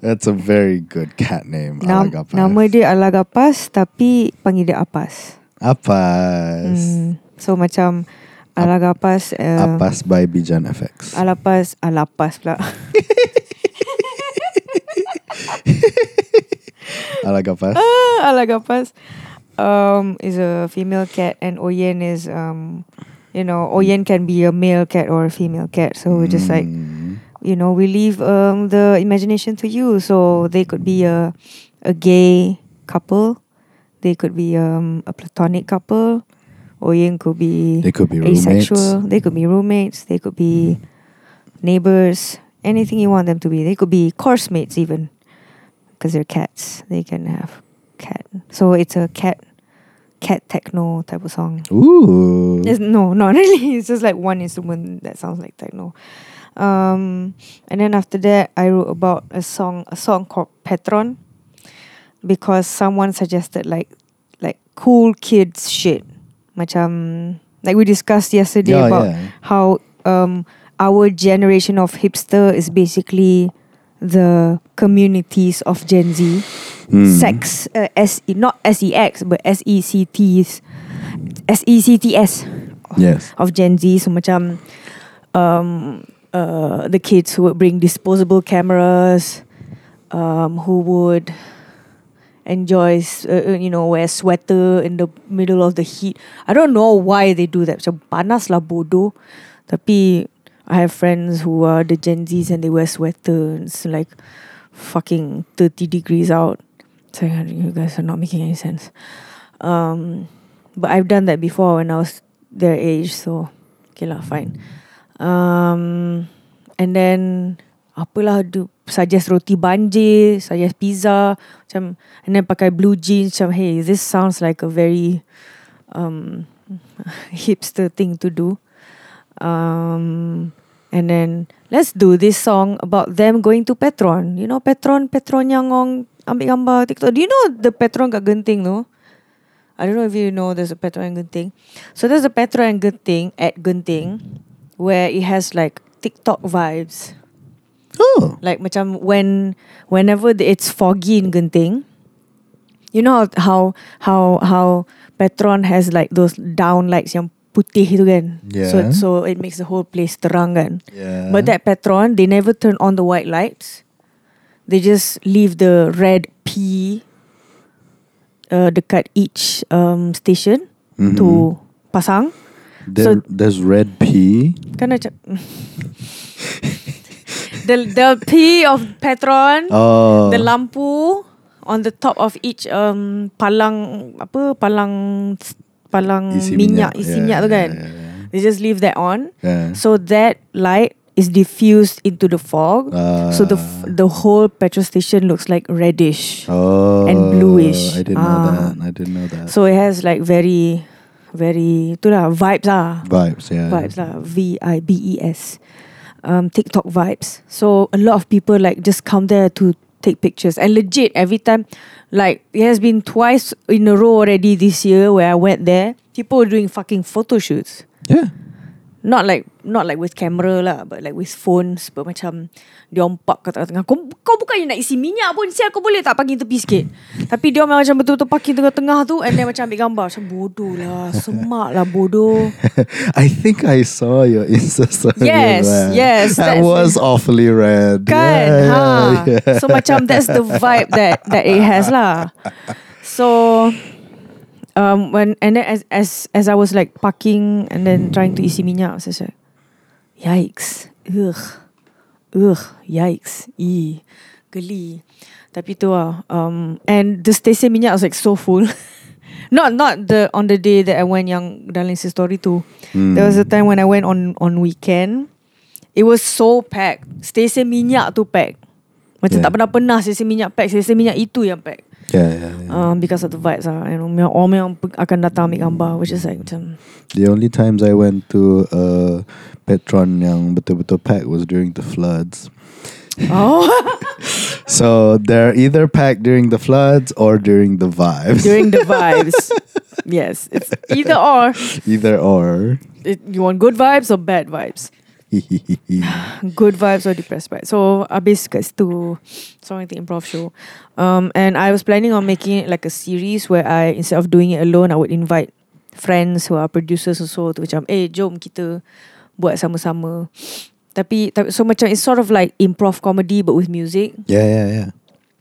That's a very good cat name.
Nam,
Alagapas.
nama dia Alagapas tapi panggil dia Apas
Apas.
hmm. so macam Alagapas uh,
Apas by Bijan FX.
Alapas Alapas pula
Alagapas.
Ah, Alagapas um, is a female cat, and Oyen is um, you know, Oyen can be a male cat or a female cat. So we're Oh, just like
Mm.
you know, we leave um, the imagination to you. So they could be a a gay couple, they could be um, a platonic couple. Oyen could be
They could be roommates.
asexual. They could be roommates. They could be
Mm-hmm.
neighbors. Anything you want them to be. They could be course mates even, because they're cats. They can have cat. So it's a cat, cat techno type of song.
Ooh.
It's, no, not really. It's just like one instrument that sounds like techno. Um, and then after that, I wrote about a song, a song called Patron, because someone suggested like, like cool kids shit, macam like we discussed yesterday
Yeah,
about
yeah.
how um our generation of hipster is basically the communities of Gen Z
Mm.
sex uh, S not S E X but S E C T S S E C T S
Yes.
of Gen Z so macam um uh the kids who would bring disposable cameras um who would enjoy s- uh, uh, you know wear sweater in the middle of the heat I don't know why they do that macam panas lah bodoh tapi I have friends who are the Gen Zs and they wear sweater and it's like fucking 30 degrees out it's like you guys are not making any sense um but I've done that before when I was their age, so okay lah, fine. Um, and then apalah do suggest roti banjir, suggest pizza, macam and then pakai blue jeans, macam hey, this sounds like a very um hipster thing to do. Um, and then let's do this song about them going to Petron. You know Petron, Petron yang orang ambil gambar TikTok. Do you know the Petron kat Genting tu? I don't know if you know there's a Petro and Genting. So there's a Petro and Genting at Genting where it has like TikTok vibes.
Oh.
Like macam when whenever the- it's foggy in Genting, you know how how how Petron has like those down lights yang putih tu kan. So
Yeah.
so it makes the whole place terang kan.
Yeah.
But that Petron, they never turn on the white lights. They just leave the red P uh, dekat each um, station
Mhm.
to pasang.
There,
so-
there's red pea.
Kan macam... the, the P of Petron,
Oh.
the lampu on the top of each um, palang... Apa? Palang... Palang Mm, minyak. Isi minyak tu kan.
Yeah, Hmm. yeah,
They just leave that on.
yeah.
So that light is diffused into the fog.
Ah.
so the f- the whole petrol station looks like reddish.
Oh,
bluish.
I didn't know that.
Ah.
I didn't know that.
So it has like very, very itulah vibes lah.
vibes, yeah.
Vibes lah. V I B E S. Um, TikTok vibes. So a lot of people like just come there to take pictures. And legit, every time, like, it has been twice in a row already this year where I went there. People were doing fucking photo shoots.
Yeah.
Not like Not like with camera lah But like with phones But macam Dia orang park kat tengah-tengah kau, kau bukannya nak isi minyak pun Sial kau boleh tak parking tepi sikit Tapi dia orang macam betul-betul parking tengah-tengah tu And then macam ambil gambar Macam bodoh lah Semak lah bodoh
I think I saw your Insta story.
Yes,
man.
yes,
That
that's-
was awfully red.
Kan
Yeah,
ha.
yeah, yeah.
So macam That's the vibe that That it has lah So um, when And then as, as As I was like parking And then trying to isi minyak I was just like Yikes Ugh Ugh Yikes Ee Geli Tapi tu lah um, And the stesen minyak was like so full Not not the on the day that I went yang dalam Insta story tu.
Hmm.
There was a time when I went on on weekend. It was so packed. Stesen minyak tu packed. Macam
Yeah.
tak pernah pernah stesen minyak packed. Stesen minyak itu yang packed.
Yeah, yeah, yeah.
Um, because of the vibes lah. You know, memang- orang memang pe- akan datang ambil gambar. Which is like macam...
The only times I went to uh, Petron yang betul-betul packed was during the floods.
Oh.
So they're either packed during the floods or during the vibes.
During the vibes. yes. It's either or.
either or.
It, you want good vibes or bad vibes? good vibes or depressed vibes. So habis kat situ seorang the improv show. Um, and I was planning on making it like a series where I instead of doing it alone, I would invite friends who are producers also to macam, eh jom kita buat sama-sama. Tapi tapi- so macam it's sort of like improv comedy but with music.
yeah, yeah, yeah.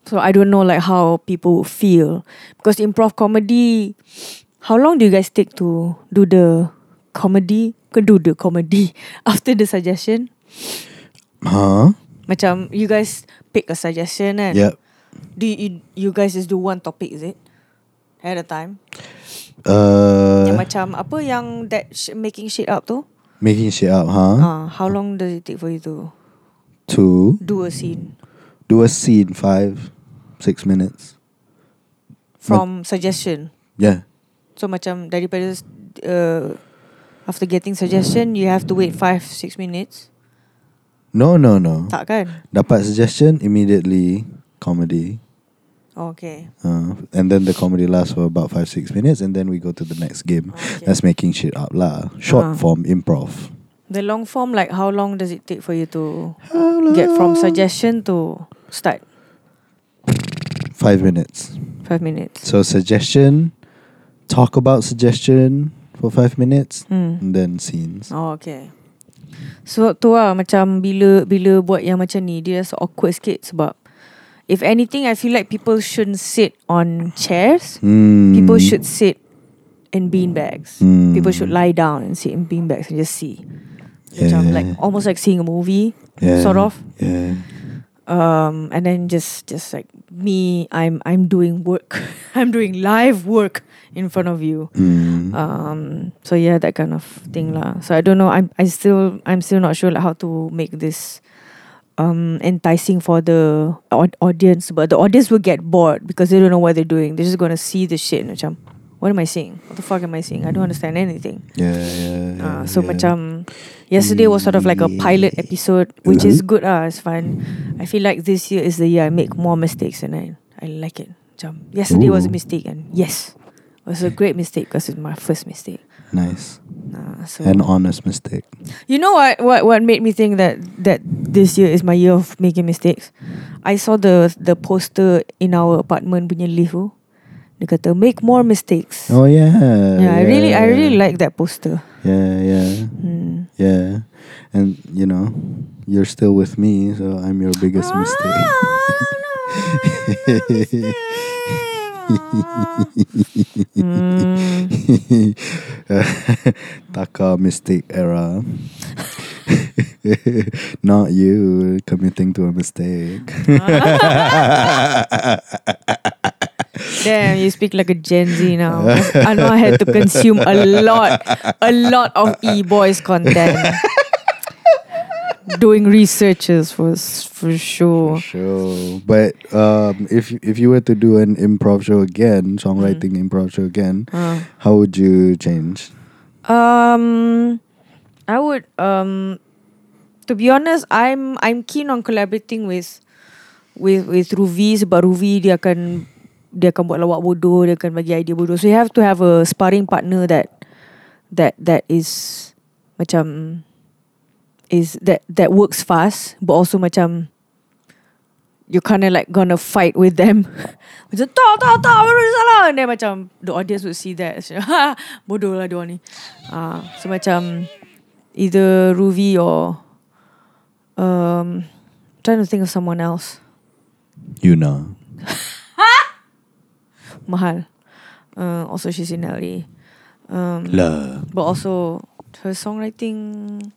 So I don't know like how people would feel because improv comedy. How long do you guys take to do the comedy? Ke do the comedy after the suggestion?
Huh?
Macam you guys pick a suggestion and
Yep.
do you, you you guys just do one topic is it at a time? yang
Uh,
macam apa yang that sh- making shit up tu?
making shit up, huh?
Uh, how long does it take for you to
Two.
do a scene
Do a scene five, six minutes.
from suggestion?
Yeah.
So macam daripada uh, after getting suggestion you have to wait 5 6 minutes.
No, no, no.
Tak kan?
Dapat suggestion immediately comedy.
Okay.
Uh, and then the comedy lasts for about five six minutes, and then we go to the next game.
Okay.
That's making shit up lah. Short
Ah.
form improv.
The long form like how long does it take for you to get from suggestion to start?
Five minutes.
5 minutes.
So suggestion, talk about suggestion for five minutes,
Hmm.
and then scenes.
Oh okay So tu lah Macam bila Bila buat yang macam ni Dia rasa awkward sikit Sebab If anything I feel like people shouldn't sit on chairs
Hmm.
People should sit In beanbags
Hmm.
People should lie down And sit in beanbags And just see
Yeah.
Macam like Almost like seeing a movie
Yeah.
Sort of
Yeah.
um, And then just Just like Me I'm I'm doing work I'm doing live work In front of you
Hmm.
um so yeah that kind of thing lah so i don't know i'm i still i'm still not sure like how to make this um enticing for the aud- audience but the audience will get bored because they don't know what they're doing they're just gonna see the shit macam what am i seeing what the fuck am i seeing i don't understand anything
yeah. Yeah.
uh,
yeah,
so
yeah.
macam yesterday was sort of like a pilot episode which is good ah it's fun i feel like this year is the year i make more mistakes and i i like it macam yesterday was a
Ooh.
mistake and yes it was a great mistake because it's my first mistake
nice
Nah, so
an honest mistake.
you know what, what what made me think that that this year is my year of making mistakes. I saw the the poster in our apartment punya lift tu. Dia kata make more mistakes.
Oh yeah.
yeah, I really I really like that poster.
Yeah, yeah,
Hmm.
yeah. And you know, you're still with me, so I'm your biggest
Ah,
mistake.
Hmm.
Taka mistake era. Not you committing to a mistake.
Damn, you speak like a Gen Z now. I know I had to consume a lot, a lot of e boys content. Doing researches for s- for sure.
Sure, but um, if if you were to do an improv show again, songwriting improv show again,
Uh.
how would you change?
Um, I would um, to be honest, I'm I'm keen on collaborating with with with Ruvi sebab Ruvi dia akan dia akan buat lawak bodoh, dia akan bagi idea bodoh. So you have to have a sparring partner that that that is macam is that that works fast but also macam you kind of like gonna fight with them. macam tak tak tak baru dia salah. And then macam the audience would see that. So, ha, bodoh lah dia orang ni. Ah, so macam either Ruvi or um trying to think of someone else.
You know.
Mahal. Uh, also she's in LA. Um,
Love.
but also her songwriting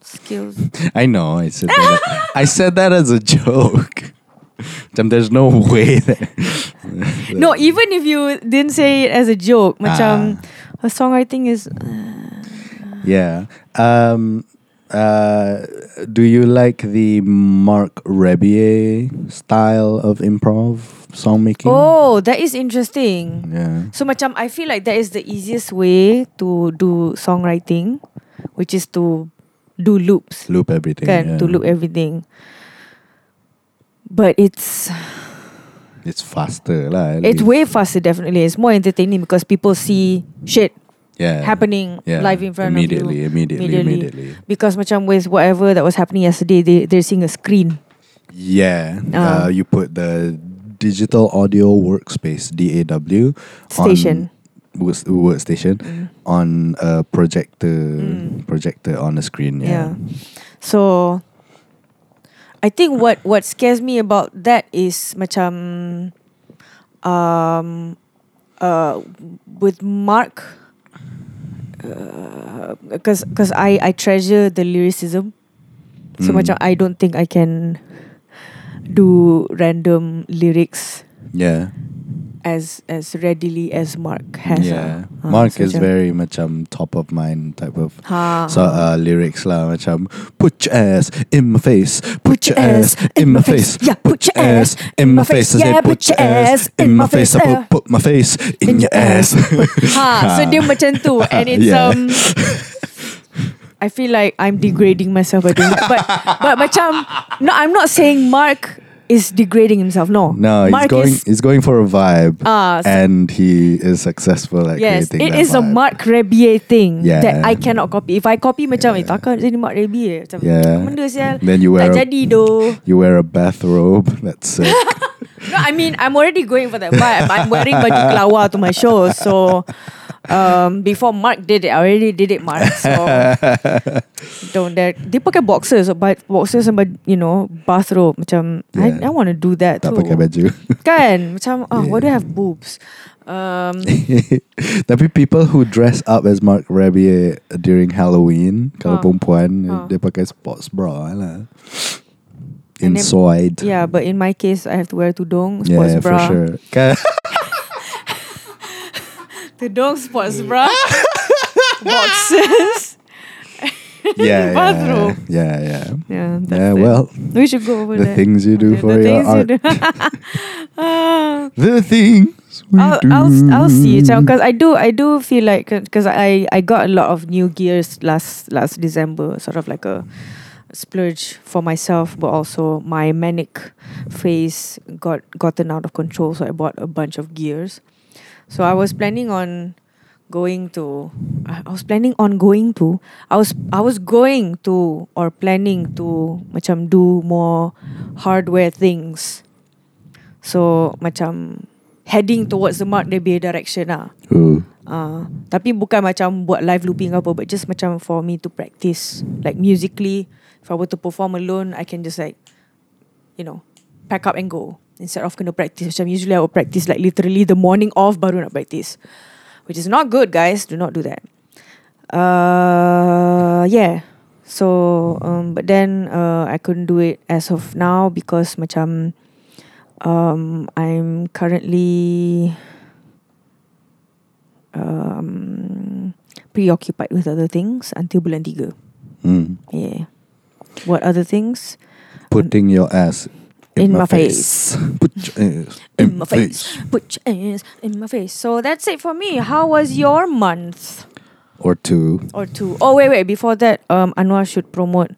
skills.
I know. I said that, I said that as a joke. Macam there's no way that.
No, even if you didn't say it as a joke, macam her songwriting is
Yeah. Um, uh, do you like the Mark Rebier style of improv song making?
Oh, that is interesting.
Yeah.
So macam I feel like that is the easiest way to do songwriting, which is to do loops,
Loop everything.
kan?
yeah.
To loop everything. But it's
It's faster lah. at least.
it's way faster. Definitely, it's more entertaining because people see shit
yeah.
happening
Yeah.
live in front
immediately,
of you.
Immediately, immediately, immediately.
Because macam with whatever that was happening yesterday, they they're seeing a screen.
Yeah.
Ah.
Uh, you put the digital audio workspace DAW
Station.
on works, workstation on a projector projector on a screen.
Mm.
Yeah.
yeah. So I think what what scares me about that is macam um uh with Mark because because I I treasure the lyricism. So
Mm.
macam I don't think I can do random lyrics
Yeah.
as as readily as Mark has.
yeah.
ah. Ah,
Mark
so
is
macam-
very much um, top of mind type of
Ha.
so uh, lyrics lah macam put your ass in my face put your ass in my face
Yeah, put your ass
in my face I
Yeah,
said put your ass in my face I
uh,
put, put my face in your ass
Ha, so dia macam tu and it's
Yeah.
um I feel like I'm degrading myself by doing that. But but macam no I'm not saying Mark is degrading himself. No.
no he's
Mark
going
is
he's going for a vibe
Ah, so-
and he is successful at
Yes,
creating that
it is a
vibe.
Mark Rebier thing
Yeah.
that I cannot copy. If I copy macam eh takkan jadi Mark Rebier. Macam
Yeah.
benda sial.
Then you wear a-
tak jadi doh.
you wear a bathrobe that's it
No, I mean, I'm already going for that vibe. I'm wearing baju kelawar to my show. So, um, before Mark did it, I already did it, Mark. So, don't dare. Dia pakai boxers, but boxers and, baj- you know, bathrobe. Macam,
Yeah.
I, I want to do that
tak
too.
pakai baju
Kan? Macam, oh, why do I
Yeah.
have boobs? Um,
Tapi people who dress up as Mark Rebier during Halloween, kalau
Ah.
perempuan
Ah.
dia pakai sports bra lah.
And then-
Inside.
yeah, but in my case, I have to wear tudung, sports
yeah, for
bra.
sure. Kan-
Tudung, sports bra, boxers.
yeah, yeah,
Bathrobe.
yeah, yeah.
Yeah, that's
Yeah,
it.
well,
We should go over
the
that.
things you do
Okay,
for
the
your
things you
art.
do. Ah.
The things we
I'll,
do.
I'll I'll see
Mm-hmm.
because I do I do feel like because I I got a lot of new gears last last December sort of like a splurge for myself but also my manic phase got gotten out of control so I bought a bunch of gears so I was planning on going to I I was planning on going to I was I was going to or planning to macam do more hardware things so macam heading towards the Mark Rebier direction lah.
Ooh.
Uh, tapi bukan macam buat live looping ke apa but just macam for me to practice like musically if I were to perform alone I can just like you know pack up and go instead of kena practice macam usually I will practice like literally the morning off baru nak practice which is not good guys do not do that uh, yeah so um, but then uh, I couldn't do it as of now because macam um, I'm currently um, preoccupied with other things until bulan tiga.
Mm.
Yeah. What other things?
Putting your ass in,
In
my
my
face. Put your ass in, my face.
Put your ass in my face. So that's it for me. How was your month
Or two.
or two? Oh wait, wait. Before that, um, Anwar should promote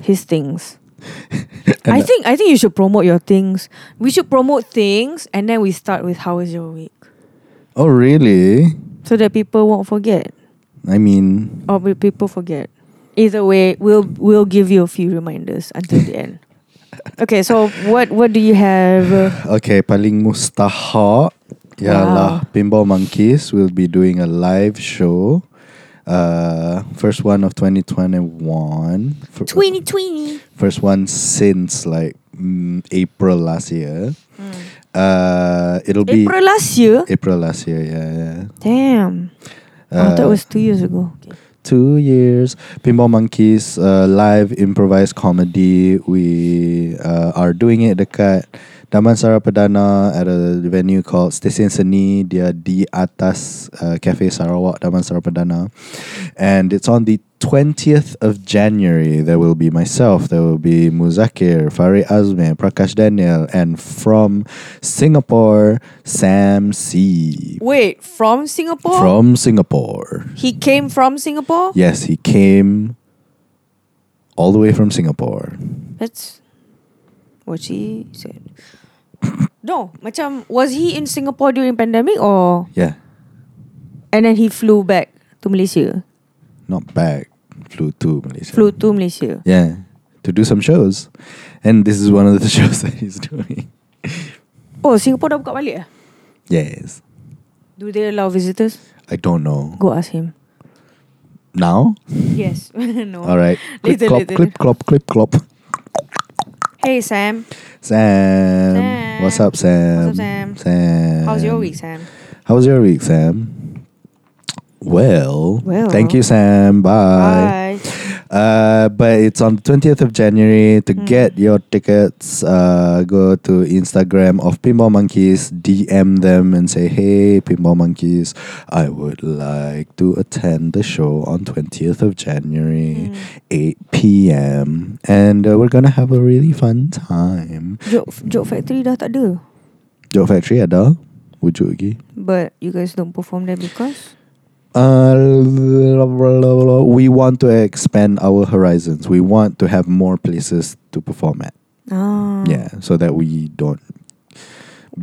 his things.
And
I think I think you should promote your things. We should promote things and then we start with how is your week
Oh, really?
so that people won't forget
I mean,
or will people forget. Either way, we'll we'll give you a few reminders until the end. Okay, so what what do you have?
okay, paling mustahak ialah
Wow.
Pinball Monkeys will be doing a live show. Uh, first one of 2021. Fir-
twenty.
First one since like mm, April last year. Uh, Hmm. it'll be
April last year.
April last year. Yeah, yeah. Uh,
Damn, I thought it Oh, was two years ago. Okay.
two years. Pinball Monkeys uh, live improvised comedy. We uh, are doing it dekat Damansara Perdana at a venue called Stesen Seni. Dia di atas uh, Cafe Sarawak Damansara Perdana. And it's on the 20th of January. There will be myself, there will be Muzakir, Fari Azmi, Prakash Daniel, and from Singapore, Sam C.
Wait, from Singapore?
From Singapore.
he came from Singapore.
Yes, he came all the way from Singapore.
That's what she said. no, macam was he in Singapore during pandemic or
Yeah,
and then he flew back to Malaysia,
not back. Flew to Malaysia.
flew to Malaysia.
Yeah, to do some shows, and this is one of the shows that he's doing.
Oh, Singapore dah buka balik ah?
Yes,
Do they allow visitors?
I don't know
Go ask him.
now.
Yes. no.
All right, clip
Later,
clop,
later.
clip clop, clip clop.
Hey Sam,
Sam.
Sam.
what's up, Sam?
What's up, Sam?
Sam,
how's your week, Sam?
How was your week, Sam? Well,
Well.
thank you, Sam.
Bye.
Uh, but it's on the 20th of January. To
Mm.
get your tickets, uh, go to Instagram of Pinball Monkeys, DM them and say, Hey, Pinball Monkeys, I would like to attend the show on 20th of January,
Mm.
8 p.m. And uh, we're going to have a really fun time.
Joke, joke factory dah tak ada.
Joke Factory ada? Wujud lagi?
But you guys don't perform there because
Uh, we want to expand our horizons. We want to have more places to perform at.
ah
Yeah, so that we don't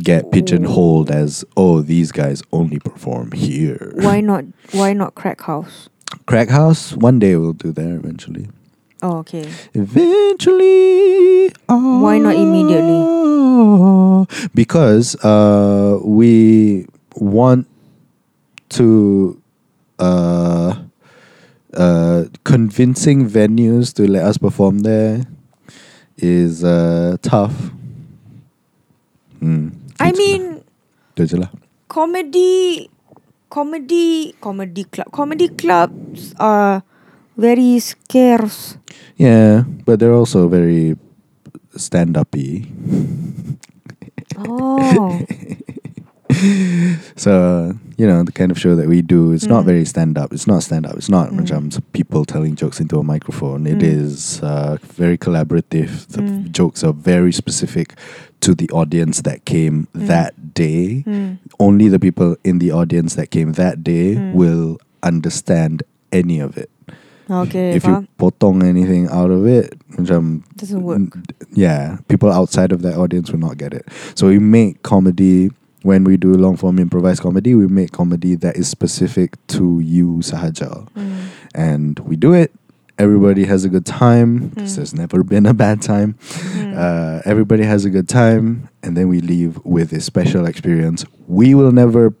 get pigeonholed as oh these guys only perform here.
Why not? Why not crack house?
Crack House? One day we'll do there eventually.
Oh okay.
Eventually.
Why not immediately?
ah, Because uh, we want to uh, uh, convincing venues to let us perform there is uh, tough. Hmm.
I
Itu je lah.
mean.
Itu je lah.
comedy comedy comedy club comedy clubs are very scarce
Yeah, but they're also very stand up y.
oh
So you know the kind of show that we do. It's not
Mm.
very stand up. It's not stand up. It's not
Mm.
macam s- people telling jokes into a microphone. It
Mm.
is uh, very collaborative. The f-
Mm.
jokes are very specific to the audience that came
Mm.
that day.
Hmm.
Only the people in the audience that came that day
Mm.
will understand any of it.
okay
if you
faham.
potong anything out of it, macam
doesn't work
N- yeah, people outside of that audience will not get it. So we make comedy when we do long form improvised comedy. We make comedy that is specific to you, sahaja,
Hmm.
and we do it. Everybody has a good time. 'cause
Mm.
There's never been a bad time.
Hmm.
Uh, everybody has a good time, and then we leave with a special experience. We will never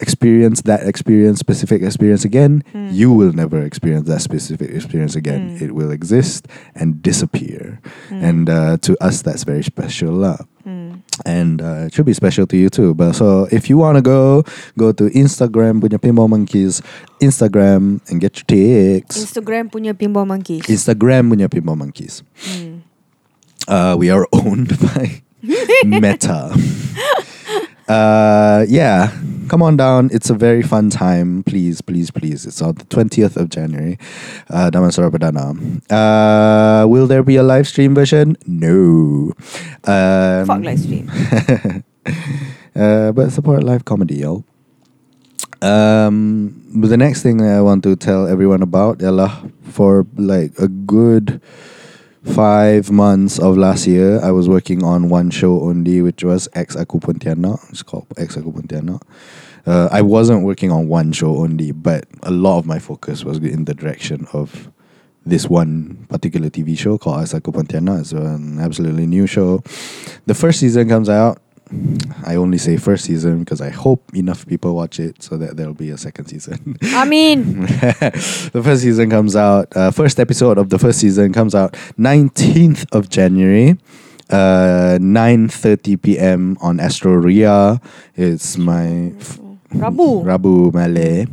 experience that experience, specific experience again.
Mm.
You will never experience that specific experience again.
Mm.
It will exist and disappear.
Hmm.
And uh, to us, that's very special. lah.
Hmm.
And uh, it should be special to you too. But so if you want to go, go to Instagram, Punya Pinball Monkeys, Instagram, and get your takes.
Instagram punya pinball monkeys
Instagram, Punya Pinball Monkeys.
Hmm.
Uh, we are owned by Meta. uh, yeah, come on down. It's a very fun time. Please, please, please. It's on the 20th of January. Uh, Damansara Perdana. Uh, will there be a live stream version? No. Um,
fuck live stream
uh, but support live comedy, y'all. Um, but the next thing I want to tell everyone about, ialah for like a good five months of last year, I was working on one show only, which was Ex Aku Pontianak. It's called Ex Aku Pontianak. Uh, I wasn't working on one show only, but a lot of my focus was in the direction of this one particular TV show called Ex Aku Pontianak. It's an absolutely new show. The first season comes out. I only say first season because I hope enough people watch it so that there'll be a second season.
I mean,
the first season comes out. Uh, first episode of the first season comes out 19th of January, uh, 9.30 p.m. on Astro Ria. It's my... f-
Rabu.
Rabu Malay.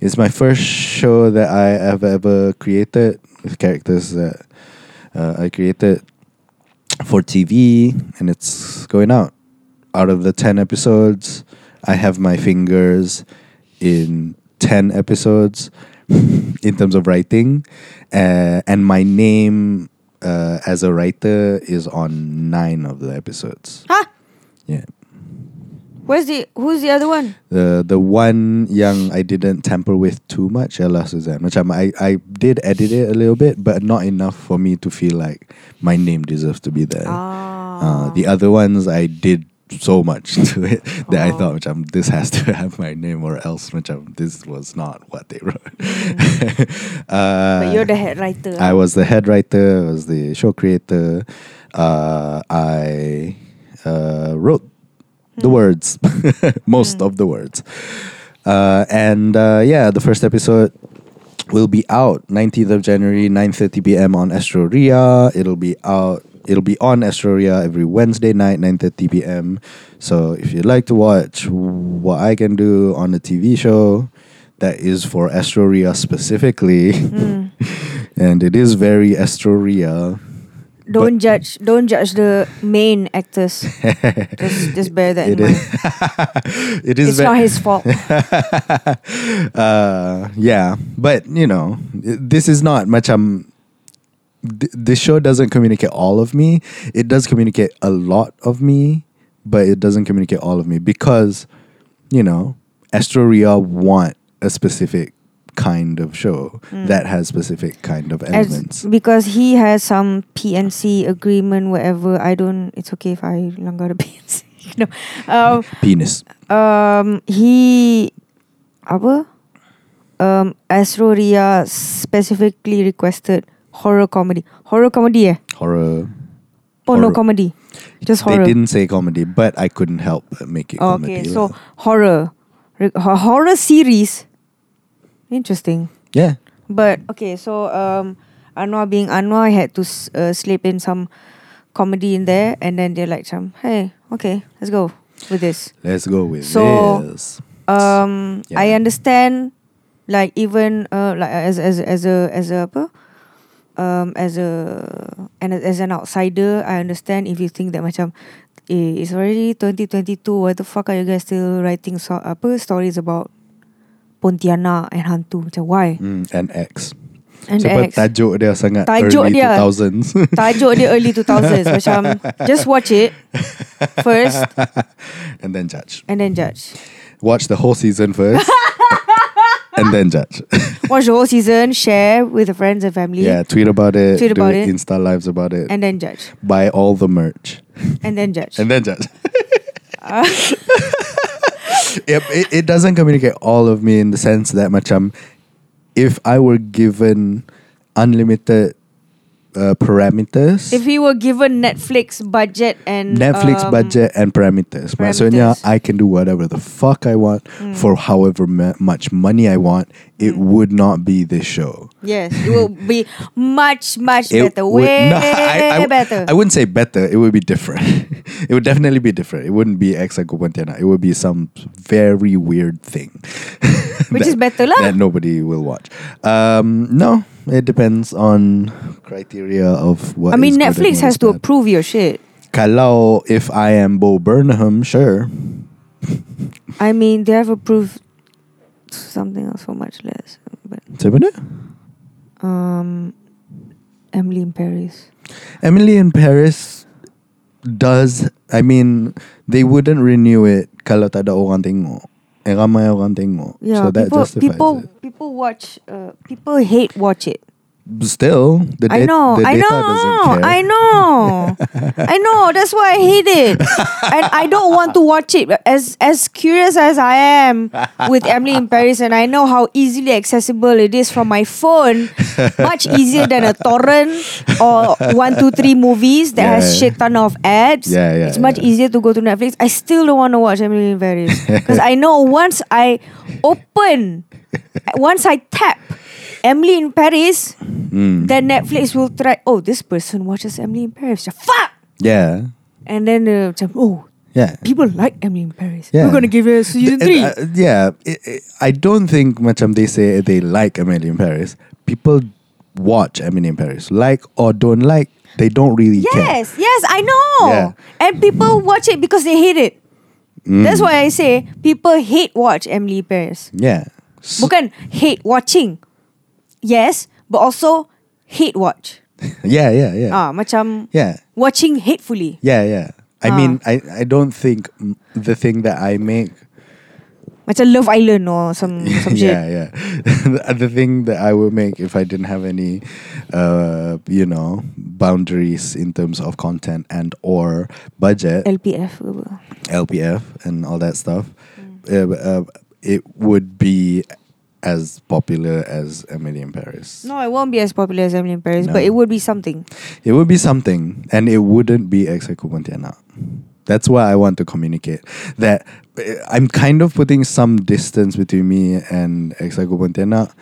It's my first show that I have ever created with characters that uh, I created for TV, and it's going out. Out of the 10 episodes, I have my fingers in 10 episodes in terms of writing, uh, and my name uh, as a writer is on nine of the episodes.
Huh?
Yeah.
Ha? Where's the who's the other one?
The the one young I didn't tamper with too much Ella Suzanne. Macam I, I did edit it a little bit, but not enough for me to feel like my name deserves to be there.
Ah.
Uh, the other ones I did so much to it that I
Oh.
thought macam this has to have my name or else macam this was not what they wrote. uh,
But you're the head writer.
I was the head writer, I was the show creator. Uh, I uh, wrote the words, most of the words. Uh, and uh, yeah, the first episode will be out 19th of January, 9.30 p.m. on Astro Ria. It'll be out. It'll be on Astro Ria every Wednesday night, 9.30 p.m. So if you'd like to watch what I can do on a TV show that is for Astro Ria specifically,
Mm.
and it is very Astoria.
Don't judge. Don't judge the main actors. just, just bear that
It
in mind.
is. it is.
It's not
ve-
his fault.
uh, yeah, but you know, i- this is not much. Um, th- this show doesn't communicate all of me. It does communicate a lot of me, but it doesn't communicate all of me because, you know, Astoria want a specific kind of show that has specific kind of elements.
Mm. As, because he has some PNC agreement, whatever. I don't. It's okay if I longer the PNC. no. Um.
Penis.
Um. He. Apa? Um. Astro Ria specifically requested horror comedy. Horror comedy. Eh.
Horror.
Oh no,
Horror.
comedy. Just horror.
They didn't say comedy, but I couldn't help but make it
Oh,
comedy.
okay,
lah.
so horror, Re- ho- horror series. Interesting,
yeah,
but okay. So um, Anwar being Anwar had to s- uh, slip in some comedy in there, and then they're like, "Some hey, okay, let's go with this."
let's go with
So,
this.
Um,
Yeah.
I understand, like even uh, like as as as a as a apa? um as a and as- as an outsider, I understand if you think that macam eh, it's already 2022. Why the fuck are you guys still writing so apa stories about Pontianak and hantu? Macam why?
Mm, and X.
And
Sebab
X.
tajuk dia sangat
Tajuk
early
dia.
2000s.
Tajuk dia early 2000s Macam Just watch it First
and then judge.
And then judge
Watch the whole season first. and then judge.
Watch the whole season Share with your friends and family
yeah, tweet about it.
Tweet
do
about it.
Insta lives about it.
And then judge
buy all the merch.
And then judge
And then judge. it, it, it doesn't communicate all of me in the sense that much. Um, if I were given unlimited uh, parameters,
If we were given Netflix budget and
Netflix
um,
budget and parameters. Maksudnya,
parameters. Mm.
I can do whatever the fuck I want for however ma- much money I want. It would not be this show.
yes, it will be much much
It
better,
would-
way
no, I, I,
better.
I wouldn't say better. It would be different. it would definitely be different. It wouldn't be Exacopantiana. It would be some very weird thing.
Which is
that-
better lah.
That nobody will watch. Um, no, it depends on criteria of what.
I
is
mean,
good and
Netflix
what
has
is
to
bad.
approve your shit.
Kalau if I am Bo Burnham, sure.
I mean, they have approved something else for much less. But
Siapa dia?
um, Emily in Paris.
Emily in Paris does I mean they wouldn't renew it kalau tak ada orang tengok. Eh, ramai orang tengok.
Yeah,
so that
people
justifies
people
it.
people watch. Uh, people hate watch it.
still the,
I
da-
know,
the data
I know,
doesn't care.
I know, I know. That's why I hate it, and I don't want to watch it. As as curious as I am with Emily in Paris, and I know how easily accessible it is from my phone, much easier than a torrent or one two three movies that has
Yeah.
shit ton of ads.
Yeah, yeah,
it's much
yeah.
easier to go to Netflix. I still don't want to watch Emily in Paris because I know once I open, once I tap. Emily in Paris,
Hmm,
then Netflix will try. Oh, this person watches Emily in Paris. Macam, Fuck!
Yeah.
And then uh, macam, oh,
Yeah.
people like Emily in Paris.
Mm. Yeah.
We're gonna give her season
Uh,
three.
uh, yeah, I- I- I don't think macam they say they like Emily in Paris. People watch Emily in Paris, like or don't like, they don't really care.
yes, yes, I know.
Yeah. Mm.
And people watch it because they hate it. That's why I say people hate watch Emily in Paris.
Yeah, S-
Bukan hate watching. Yes, but also hate watch.
yeah, yeah, yeah,
Ah, macam
yeah,
watching hatefully.
yeah, yeah. I
Ah.
mean, I I don't think mm, the thing that I make.
Macam Love Island or some some shit.
yeah, yeah. The- the thing that I would make if I didn't have any, uh, you know, boundaries in terms of content and or budget.
LPF. ke apa.
LPF and all that stuff, uh, uh, it would be as popular as Emily in Paris.
No, it won't be as popular as Emily in Paris, but
No.
it would be something.
It would be something, and it wouldn't be Executiana. That's why I want to communicate that uh, I'm kind of putting some distance between me and Executiana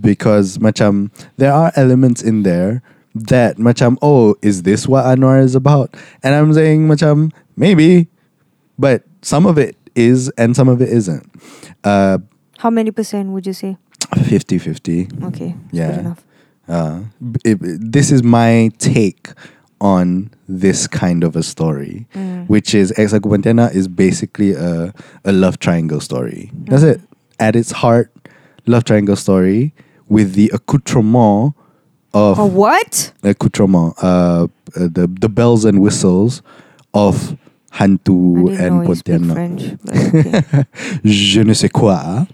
because macam there are elements in there that macam oh is this what Anwar is about? And I'm saying macam maybe, but some of it is and some of it isn't. Uh,
How many percent would you say?
50-50.
Okay.
Yeah.
Good enough.
Uh, b- it, this is my take on this kind of a story,
Mm.
which is Ex Aguantena is basically a, a love triangle story. That's
Mm.
it. At its heart, love triangle story with the accoutrement of
Oh, what?
accoutrement, uh, uh, the the bells and whistles of
I
Hantu
didn't
and
know you speak
Pontianak
French. But okay.
je ne sais quoi,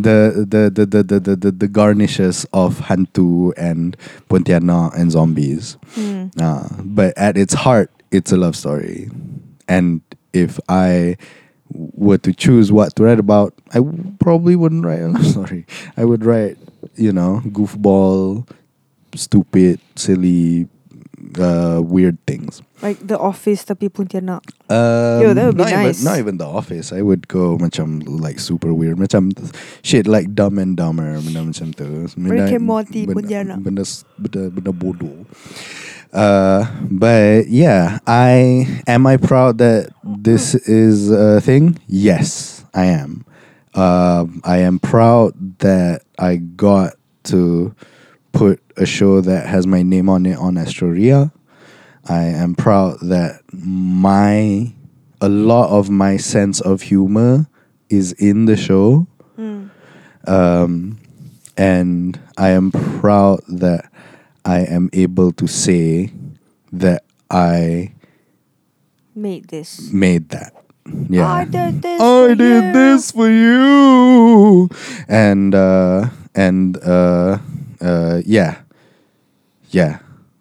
the the the the the the, the, the garnishes of Hantu and Pontianak and zombies.
Mm.
Uh, but at its heart, it's a love story. And if I were to choose what to write about, I w- probably wouldn't write a love story. I would write, you know, goofball, stupid, silly, uh, weird things.
like the office, the people in Tiana.
Um,
Yo, that would be
not
nice.
Even, not even the office. I would go macam like super weird. Macam shit like dumb and dumber. Benda macam tu. Benda,
Rick and Morty pun
benda,
jarang.
benda, s- benda, benda bodoh. Uh, but yeah, I am I proud that this is a thing. Yes, I am. Um, I am proud that I got to put a show that has my name on it on Astoria. I am proud that my a lot of my sense of humor is in the show. Um, and I am proud that I am able to say that I
Made this.
made that. Yeah.
I did this.
I
for
did
you.
this for you. And uh and uh uh yeah. Yeah.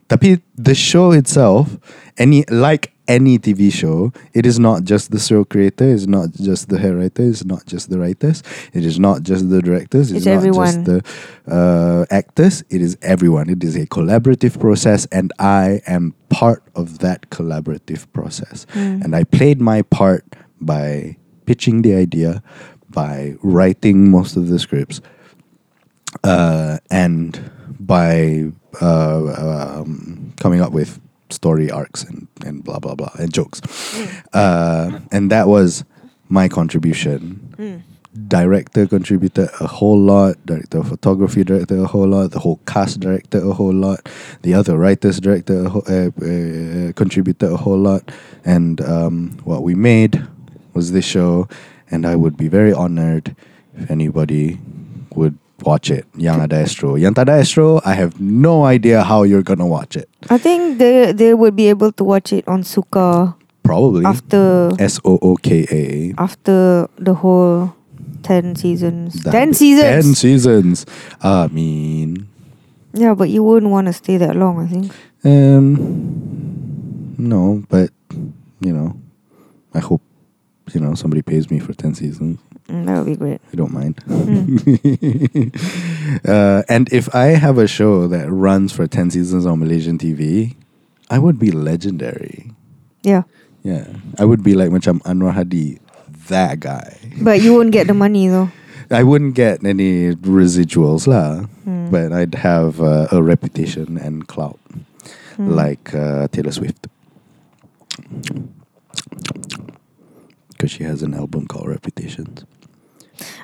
Tapi the show itself, any like any TV show, it is not just the show creator, it's not just the hair writer, it's not just the writers, it is not just the directors, it's,
It's
not
everyone.
just the uh, actors, it is everyone. It is a collaborative process, and I am part of that collaborative process. And I played my part by pitching the idea, by writing most of the scripts, uh, and by uh, um, coming up with story arcs and, and blah blah blah and jokes uh, and that was my contribution director contributed a whole lot director of photography director a whole lot the whole cast director a whole lot the other writers director a whole, uh, uh, contributed a whole lot and um, what we made was this show and i would be very honored if anybody would watch it yang ada estro yang tak ada estro i have no idea how you're gonna watch it
I think they they would be able to watch it on Suka
probably
after
s-o-o-k-a
after the whole ten seasons.
That-
ten
Ten
seasons.
seasons. I mean,
Yeah, but you wouldn't want to stay that long, I think.
Um, no, but you know, I hope you know somebody pays me for ten seasons.
Mm, that would be great.
I don't mind.
Mm.
uh, and if I have a show that runs for ten seasons on Malaysian TV, I would be legendary.
Yeah.
Yeah, I would be like macam Anwar Hadi, that guy.
But you won't get the money though.
I wouldn't get any residuals lah,
Mm.
but I'd have uh, a reputation and clout
Mm.
like uh, Taylor Swift. Because she has an album called Reputations.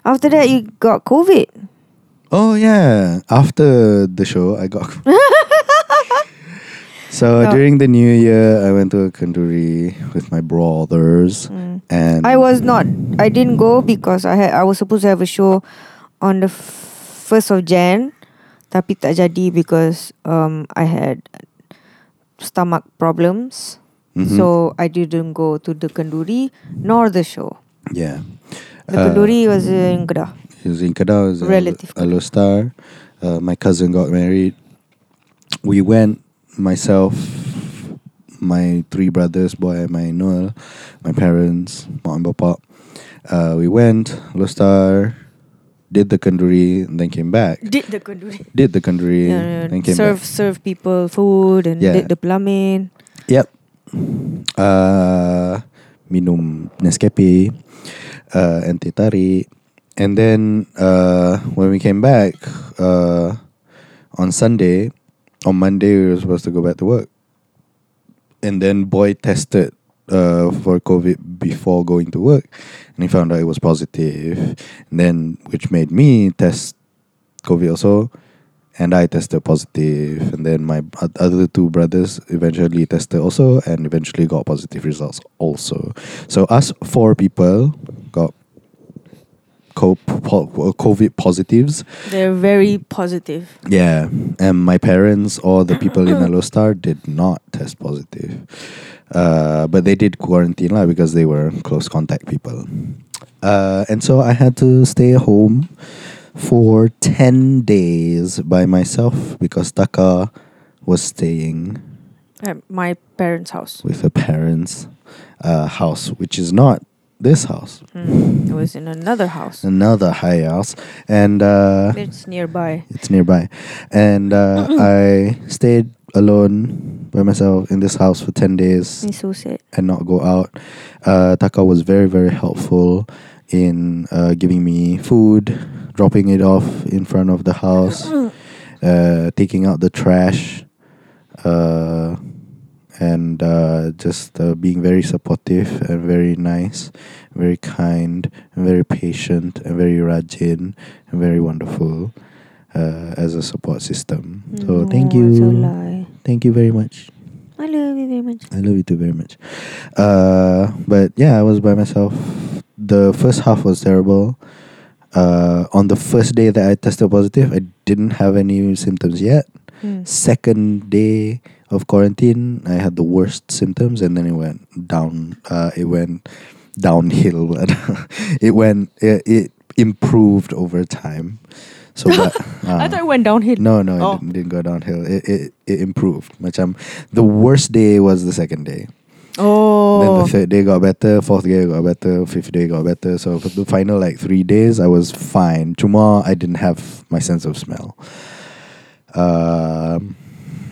After that, you got COVID.
Oh, yeah. After the show, I got. so
Oh.
during the new year, I went to a kanduri with my brothers.
Mm.
And
I was not. I didn't go because I had. I was supposed to have a show on the first of Jan, tapi tak jadi because um I had stomach problems.
Mhm.
So I didn't go to the Kanduri nor the show.
Yeah.
The
Uh,
Kanduri was in Kedah.
He was in Kedah. He was
Relative.
A, star. Uh, my cousin got married. We went, myself, my three brothers, boy, my Noel, my parents, mak and bapak. Uh, we went, Lostar, did the kanduri, and then came back.
Did the Kanduri?
Did the kanduri,
Yeah,
then
yeah,
came
serve
back.
serve people food and
Yeah.
did the plumbing.
Yep. Uh, minum Nescafe, uh, and teh tarik. And then uh, when we came back uh, on Sunday, on Monday we were supposed to go back to work. And then boy tested uh, for COVID before going to work, and he found out it was positive. And then which made me test COVID also, and I tested positive, and then my o- other two brothers eventually tested also, and eventually got positive results also. So us four people got co- po- uh, COVID positives.
They're very positive.
Yeah, and my parents or the people in Alostar did not test positive, uh, but they did quarantine lah because they were close contact people, uh, and so I had to stay home for ten days by myself because Taka was staying
At my parents' house.
with her parents' uh, house, which is not this house,
Mm, it was in another house.
another high house, and uh,
It's nearby.
It's nearby. And uh, I stayed alone by myself in this house for 10 days
It's so sad.
and not go out. Uh, Taka was very, very helpful in uh, giving me food, dropping it off in front of the house, uh, taking out the trash, uh, and uh, just uh, being very supportive and very nice, very kind, and very patient, and very rajin, and very wonderful. Uh, as a support system, so thank
No,
you,
It's a lie.
thank you very much.
I love you very much.
I love you too very much. Uh, but yeah, I was by myself. The first half was terrible. Uh, on the first day that I tested positive, I didn't have any symptoms yet.
Mm.
Second day of quarantine, I had the worst symptoms, and then it went down. Uh, it went downhill. it went. It, it improved over time. So but,
I
uh,
thought it went downhill.
no, no,
Oh.
it didn't, didn't go downhill. It, it it improved. Macam the worst day was the second day. Then
Oh.
the third day got better, fourth day got better, fifth day got better. So for the final like three days, I was fine. Cuma I didn't have my sense of smell. Um,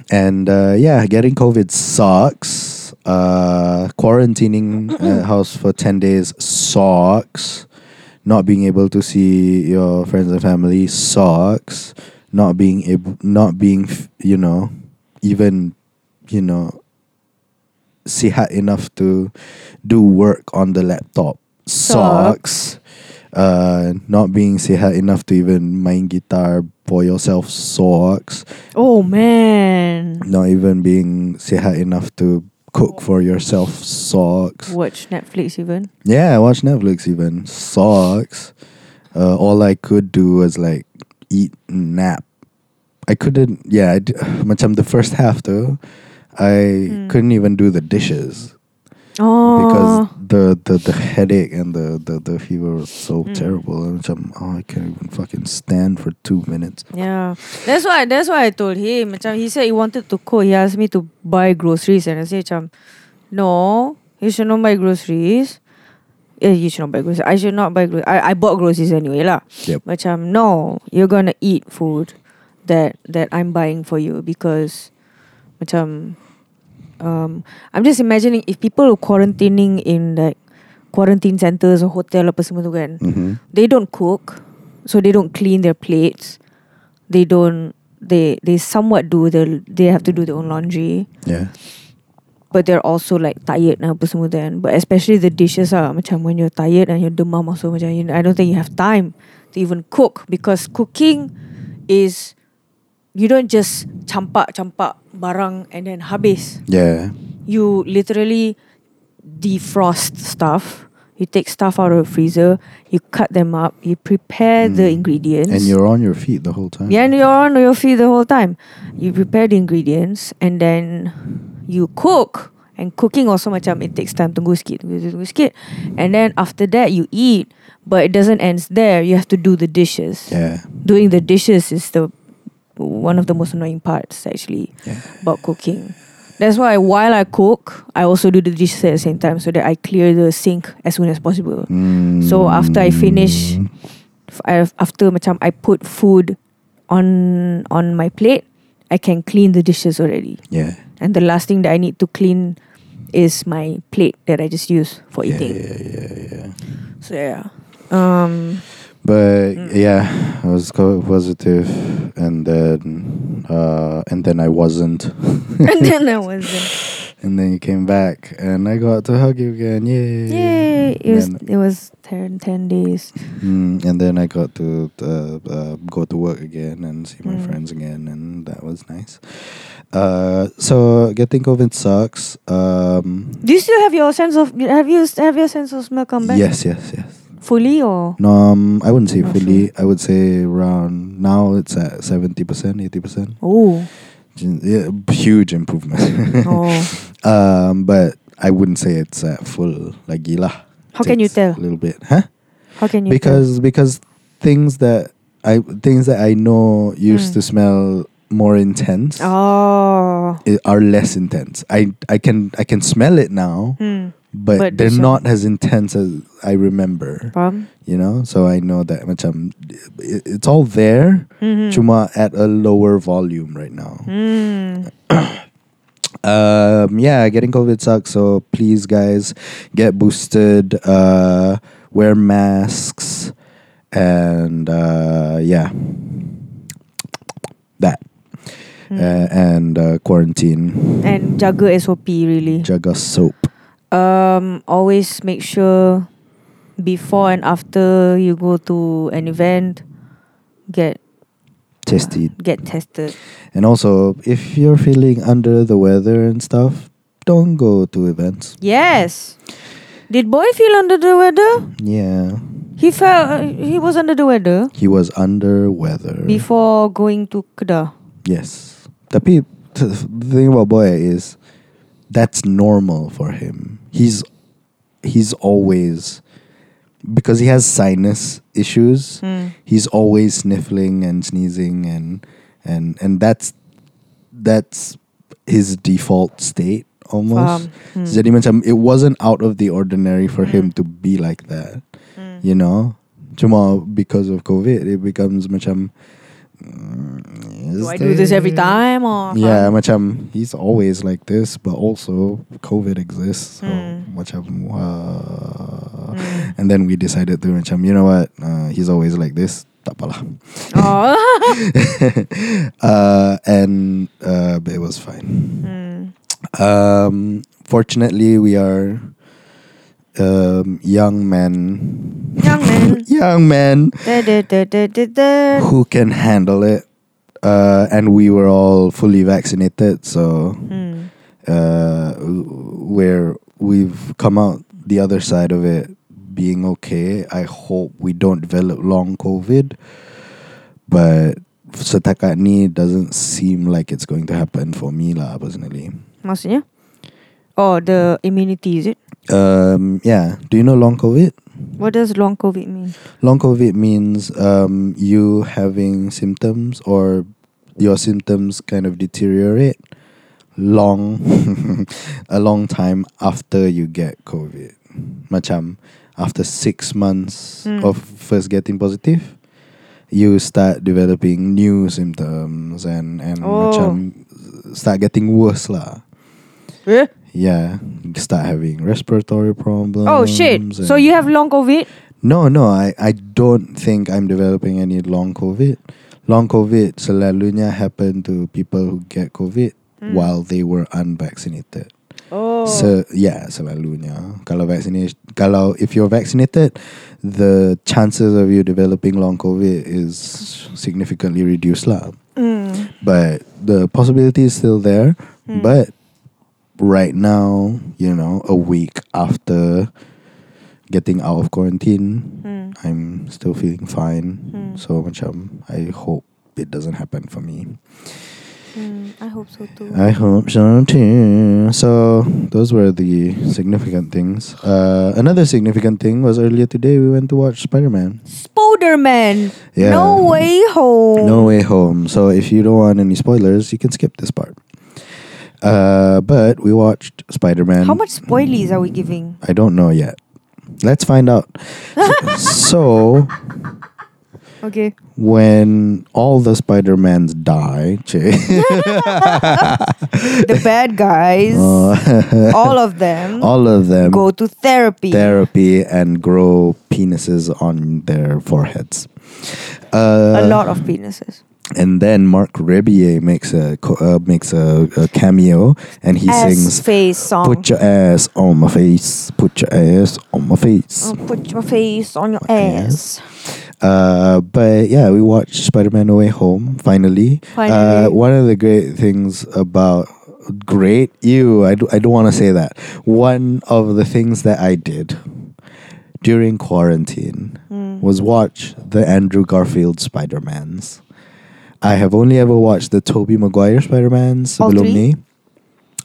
and uh, yeah, getting COVID sucks. Uh, quarantining at house for ten days sucks. Not being able to see your friends and family sucks. Not being able, not being, f- you know, even, you know, sihat enough to do work on the laptop sucks. Uh, not being sihat enough to even main guitar for yourself sucks.
oh man.
Not even being sihat enough to cook for yourself sucks.
Watch Netflix even.
Yeah, watch Netflix even sucks. Uh, all I could do was like eat and nap. I couldn't. Yeah, I d- macam the first half though, I
Hmm.
couldn't even do the dishes.
Oh.
because the, the, the headache and the, the, the fever was so
Mm.
terrible. And I'm, oh, I can't even fucking stand for two minutes.
Yeah, that's why that's why I told him. Macam he said he wanted to cook. He asked me to buy groceries, and I said, macam, no, you should not buy groceries. Eh, you should not buy groceries. I should not buy groceries. I, I bought groceries anyway lah.
Yep.
Macam no, you're gonna eat food that that I'm buying for you because, macam, um, I'm just imagining if people are quarantining in like quarantine centers or hotel apa semua tu kan
hmm
they don't cook so they don't clean their plates they don't they they somewhat do the they have to do their own laundry
Yeah.
but they're also like tired now apa semua then but especially the dishes are macam when you're tired and you're demam also macam you, I don't think you have time to even cook because cooking is you don't just campak-campak barang and then habis
Yeah.
you literally defrost stuff. You take stuff out of the freezer. You cut them up. You prepare the
Mm.
ingredients.
And you're on your feet the whole time.
yeah, and you're on your feet the whole time. You prepare the ingredients and then you cook. And cooking also macam it takes time tunggu sikit, tunggu, sikit, tunggu sikit. And then after that you eat, but it doesn't end there. You have to do the dishes.
Yeah.
Doing the dishes is the one of the most annoying parts actually
Yeah.
about cooking. That's why while I cook, I also do the dishes at the same time so that I clear the sink as soon as possible. So after I finish,
Mm.
F- I- After macam I put food on on my plate, I can clean the dishes already.
Yeah.
And the last thing that I need to clean is my plate that I just use for
Yeah,
eating.
yeah, yeah, yeah.
So yeah. Um
But
Mm.
yeah, I was co- positive, and then uh, and then I wasn't,
and then that was it.
and then you came back, and I got to hug you again, yay!
Yay. It was
And then,
it was 10, 10 days.
mm, and then I got to uh, uh, go to work again and see my
Mm.
friends again, and that was nice. Uh, so getting COVID sucks. Um,
Do you still have your sense of have you have your sense of smell come back?
yes, yes, yes.
Fully or
No, um, I wouldn't say
Not
fully. I
sure.
would say around now it's at seventy percent, eighty percent.
Oh.
Yeah, huge improvement.
Oh.
Um, but I wouldn't say it's at full like gila.
How can you
Takes A
tell?
little bit, huh?
How can you
Because because things that I things that I know used to
Mm.
smell more intense
tell? Oh.
i- are less intense. I I can I can smell it now,
Hmm.
but,
But
they're
macam-
not as intense as I remember.
Faham?
You know, so I know that macam i- it's all there,
Mhm.
cuma at a lower volume right now.
Hmm.
Um, yeah, getting COVID sucks. So please, guys, get boosted. Uh, wear masks, and uh, yeah, that
Hmm.
uh, and uh, quarantine
and jaga SOP really.
jaga soap.
Um always make sure before and after you go to an event get
Tested.
get tested.
And also, if you're feeling under the weather and stuff, don't go to events.
Yes. Did boy feel under the weather?
Yeah,
He felt uh, he was under the weather
he was under weather.
before going to Kedah.
Yes. Tapi t- the thing about Boya is that's normal for him. He's he's always because he has sinus issues.
Hmm.
He's always sniffling and sneezing and and and that's that's his default state almost.
Faham. Hmm.
Jadi macam it wasn't out of the ordinary for him
Mm.
to be like that.
Hmm.
You know? Cuma because of COVID it becomes macam mm,
Do
is
I do this every
there-
time or
yeah, macam he's always like this, but also COVID exists. So
Mm.
macam uh,
Mm.
and then we decided to macam you know what uh, he's always like this. Tak apalah.
Oh.
uh, and uh, but it was fine.
Hmm.
Um, fortunately, we are um, young men.
Young men.
young men
Da, da, da, da, da, da.
who can handle it. Uh, and we were all fully vaccinated, so
Hmm.
uh, where we've come out the other side of it being okay. I hope we don't develop long COVID, but setakat ni doesn't seem like it's going to happen for me lah personally.
Maksudnya? Oh, the immunity is it?
Um, yeah. Do you know long COVID?
What does long COVID mean?
Long COVID means um, you having symptoms or your symptoms kind of deteriorate long a long time after you get COVID. Macam after six months
Mm.
of first getting positive, you start developing new symptoms and and
Oh.
macam start getting worse lah.
Eh?
Yeah, start having respiratory problems.
Oh shit! So
and-
you have long COVID?
No, no, I, I don't think I'm developing any long COVID. Long COVID selalunya happen to people who get COVID
Mm.
while they were unvaccinated.
Oh.
So yeah, selalunya kalau vaccination kalau if you're vaccinated, the chances of you developing long COVID is significantly reduced lah.
Mm.
But the possibility is still there.
Mm.
But right now, you know, a week after getting out of quarantine,
Mm.
I'm still feeling fine.
Mm.
So macam I hope it doesn't happen for me.
Mm. I hope so too.
I hope so too. So those were the significant things. Uh, another significant thing was earlier today we went to watch Spider Man.
Spiderman.
Yeah.
No way home.
No Way Home. So if you don't want any spoilers, you can skip this part. Uh, but we watched Spider Man.
How much spoilies are we giving?
I don't know yet. Let's find out. so
Okay.
when all the Spider Mans die, che-
The bad guys,
uh,
all of them,
all of them
go to therapy.
therapy and grow penises on their foreheads. Uh,
a lot of penises.
And then Mark Rebier makes a co- uh, makes a, a cameo, and he
Ass
sings
face song.
"Put your ass on my face, put your ass on my face."
Oh, put your face on your
My
ass.
Uh, but yeah, we watched Spider Man No Way Home finally.
Finally.
Uh, one of the great things about great you, I, do, I don't want to say that. One of the things that I did during quarantine
Mm.
was watch the Andrew Garfield Spider Mans. I have only ever watched the Tobey Maguire Spider Mans
All
sebelum
three?
ni.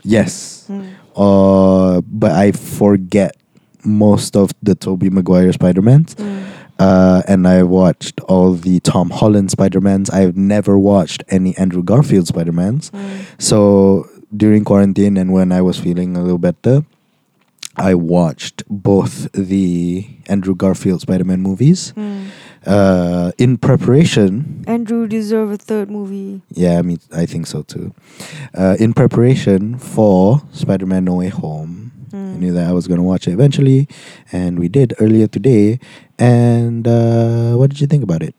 Yes.
Mm.
Uh, but I forget most of the Tobey Maguire Spider Mans.
Mm.
Uh, and I watched all the Tom Holland Spider Mans. I've never watched any Andrew Garfield Spider Mans.
Mm.
So during quarantine and when I was feeling a little better, I watched both the Andrew Garfield Spider Man movies
Mm.
uh, in preparation.
Andrew deserve a third movie.
Yeah, I mean, I think so too. Uh, in preparation for Spider Man No Way Home. I
Mm.
knew that I was going to watch it eventually, and we did earlier today. And uh, what did you think about it?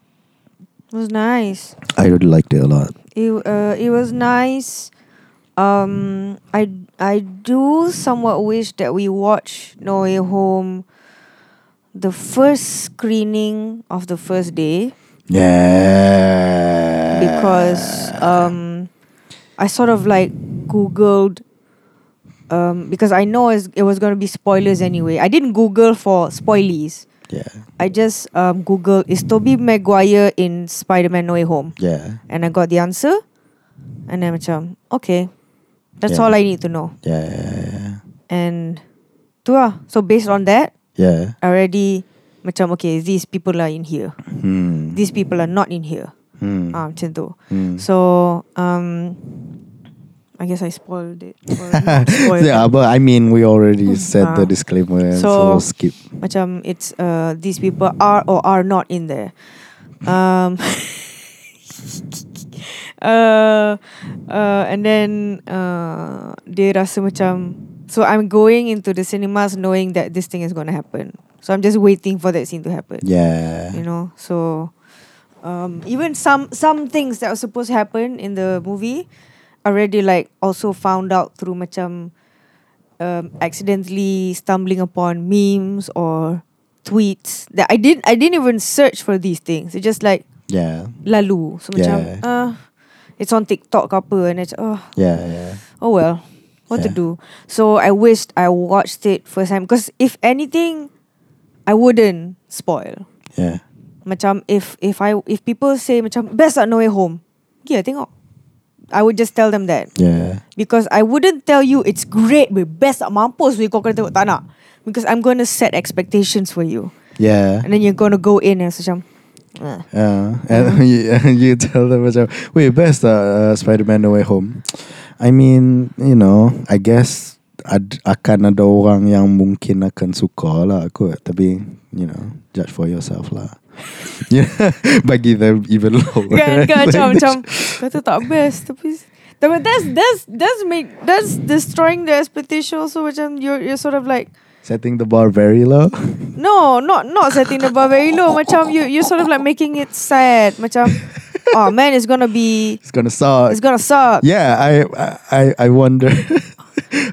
It was nice.
I really liked it a lot.
It uh, it was nice. Um, I I do somewhat wish that we watch No Way Home, the first screening of the first day
Yeah.
because um, I sort of like googled. Um, because I know it's, it was going to be spoilers anyway. I didn't Google for spoilies.
Yeah.
I just um, Googled, is Toby Maguire in Spider-Man No Way Home?
Yeah.
and I got the answer, and I'm macam okay, that's
Yeah.
all I need to know.
Yeah.
And tu lah. So based on that,
Yeah.
I already macam okay, these people are in here,
Hmm.
these people are not in here.
Hmm.
Ah, macam tu.
Hmm.
So um, I guess I spoiled it. Or not spoiled
yeah,
it.
but I mean, we already said the
Ah.
disclaimer, so,
So-
we'll skip.
Macam it's uh, these people are or are not in there. Um, uh, uh, and then uh, dia rasa macam so I'm going into the cinemas knowing that this thing is going to happen. So I'm just waiting for that scene to happen.
Yeah.
You know, so um, even some some things that were supposed to happen in the movie already like also found out through macam um, accidentally stumbling upon memes or tweets that I didn't I didn't even search for these things. It's just like
Yeah.
lalu. So macam
Yeah.
uh, it's on TikTok ke apa and it's oh,
Yeah. Yeah.
oh well. What to
Yeah.
do? So I wished I watched it first time because if anything I wouldn't spoil.
Yeah.
Macam if if I if people say macam best at No Way Home. Yeah, tengok. I would just tell them that.
Yeah.
Because I wouldn't tell you it's great, we best tak mampus we kau kena tengok tak nak. Because I'm going to set expectations for you.
Yeah.
And then you're going to go in and macam uh.
Yeah, and you, and you tell them macam, wait, best uh, uh, Spider-Man No Way Home. I mean, you know, I guess ad, akan ada orang yang mungkin akan suka lah kot. Tapi, you know, judge for yourself lah. yeah, bagi them even lower.
Kan kan
Like
macam
this.
macam kata tak best tapi tapi that's that's that's make that's destroying the expectation also macam you're you're sort of like
Setting the bar very low.
no not not setting the bar very low macam you you sort of like making it sad macam oh man it's gonna be
It's gonna suck.
it's gonna suck
Yeah, I I I wonder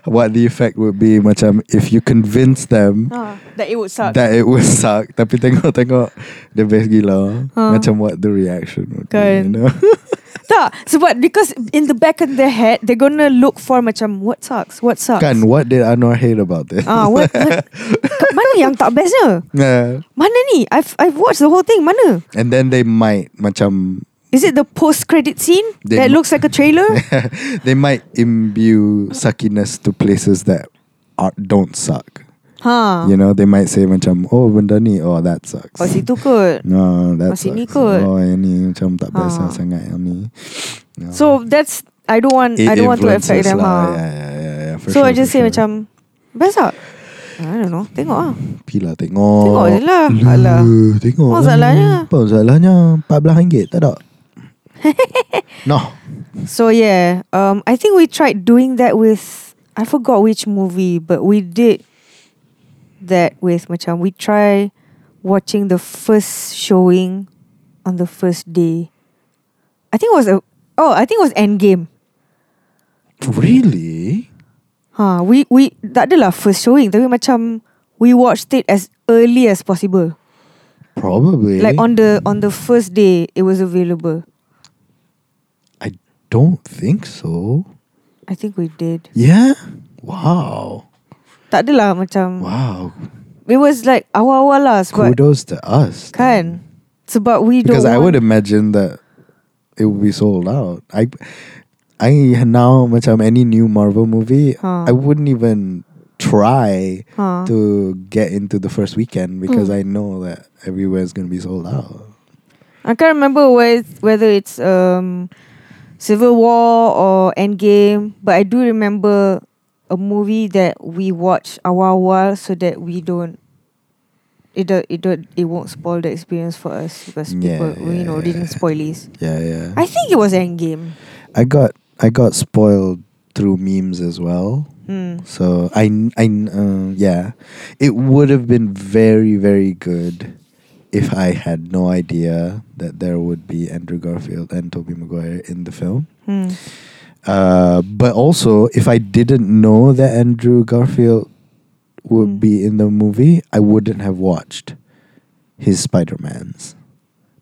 what the effect would be macam if you convince them
Ah, that it would suck
that it would suck tapi tengok-tengok the best gila
Ha.
macam what the reaction would be, you
Kan.
know.
tak sebab because in the back of their head they're gonna look for macam what sucks what sucks
kan what did Anwar hate about this?
ah what, what kat mana yang tak bestnya
Yeah.
mana ni I've I've watched the whole thing mana
And then they might macam
Is it the post credit scene
They
that
mu-
looks like a trailer?
they might imbue suckiness to places that are, don't suck.
ha.
You know, they might say macam oh benda ni oh that sucks.
Oh situ kot.
No, that
Masih ni
sucks.
kot.
Oh, yang ni macam tak biasa
Ah.
sangat yang ni. No.
So that's I don't want I don't want to
influences
affect them.
lah.
ha.
Yeah, yeah, yeah, yeah, for
so
sure,
I
for
just say
sure.
macam best tak? I don't know. Tengok ah.
Pila tengok
Tengok je lah.
Lu,
Alah.
Tengok
Apa
lah.
masalahnya?
Apa masalahnya RM14 tak ada No
So yeah, um, I think we tried doing that with I forgot which movie, but we did that with macam we try watching the first showing on the first day. I think it was a oh I think it was Endgame.
Really?
Ha, we we tak adalah first showing tapi macam we watched it as early as possible.
Probably
Like on the on the first day it was available.
I don't think so
I think we did.
Yeah? Wow
Tak adalah macam
Wow
it was like awal-awal lah sebab
Kudos to us
kan sebab we don't
Because I would
want,
imagine that it would be sold out. I, I now macam any new Marvel movie,
Huh.
I wouldn't even try
Huh.
to get into the first weekend because
Mm.
I know that everywhere is gonna be sold out.
I can't remember whe- whether it's um Civil War or Endgame, but I do remember a movie that we watch awal-awal so that we don't it do, it don't it won't spoil the experience for us because
Yeah,
people you know
yeah,
didn't spoil it.
Yeah, yeah.
I think it was Endgame.
I got I got spoiled through memes as well.
Hmm.
So I I uh, yeah, it would have been very very good if I had no idea that there would be Andrew Garfield and Tobey Maguire in the film.
Hmm.
Uh, but also if I didn't know that Andrew Garfield would
Mm.
be in the movie, I wouldn't have watched his Spider-Mans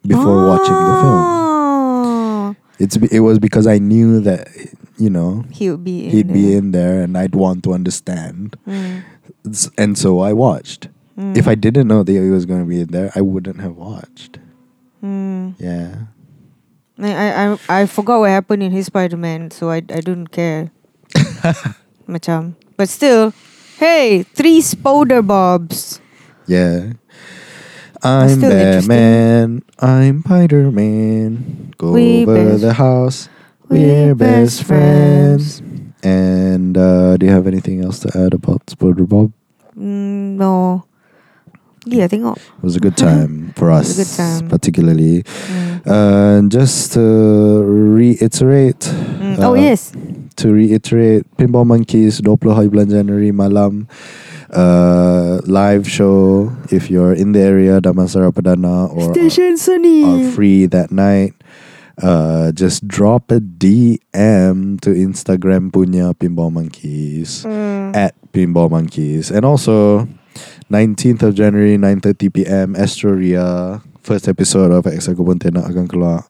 before
Ah.
watching the film.
film.
It's be- it was because I knew that you know
He would be in
he'd be
there.
in there and I'd want to understand.
Hmm.
S- And so I watched.
Hmm.
If I didn't know that he was going to be in there, I wouldn't have watched.
Hmm.
Yeah.
I, I I I forgot what happened in his Spider Man, so I I don't care. Macam. But still, hey, three spider bobs.
Yeah. I'm
still interesting.
Batman. I'm Spider Man. Go
We
over
best-
the house.
we're
We're best
best
friends. And uh, do you have anything else to add about Spider Bob?
Mm, no. Yeah, tengok.
It was a good time for
It was
us,
a good time.
particularly.
Mm.
Uh, and just to reiterate.
Mm.
uh,
oh yes.
to reiterate Pinball Monkeys 20 hari bulan Januari malam uh, live show if you're in the area Damansara Perdana or are,
Station Sunny.
are uh, free that night uh, just drop a DM to Instagram punya Pinball Monkeys
Mm.
at Pinball Monkeys and also 19th of January 9.30 p.m. Astroria first episode of Exacopontena akan keluar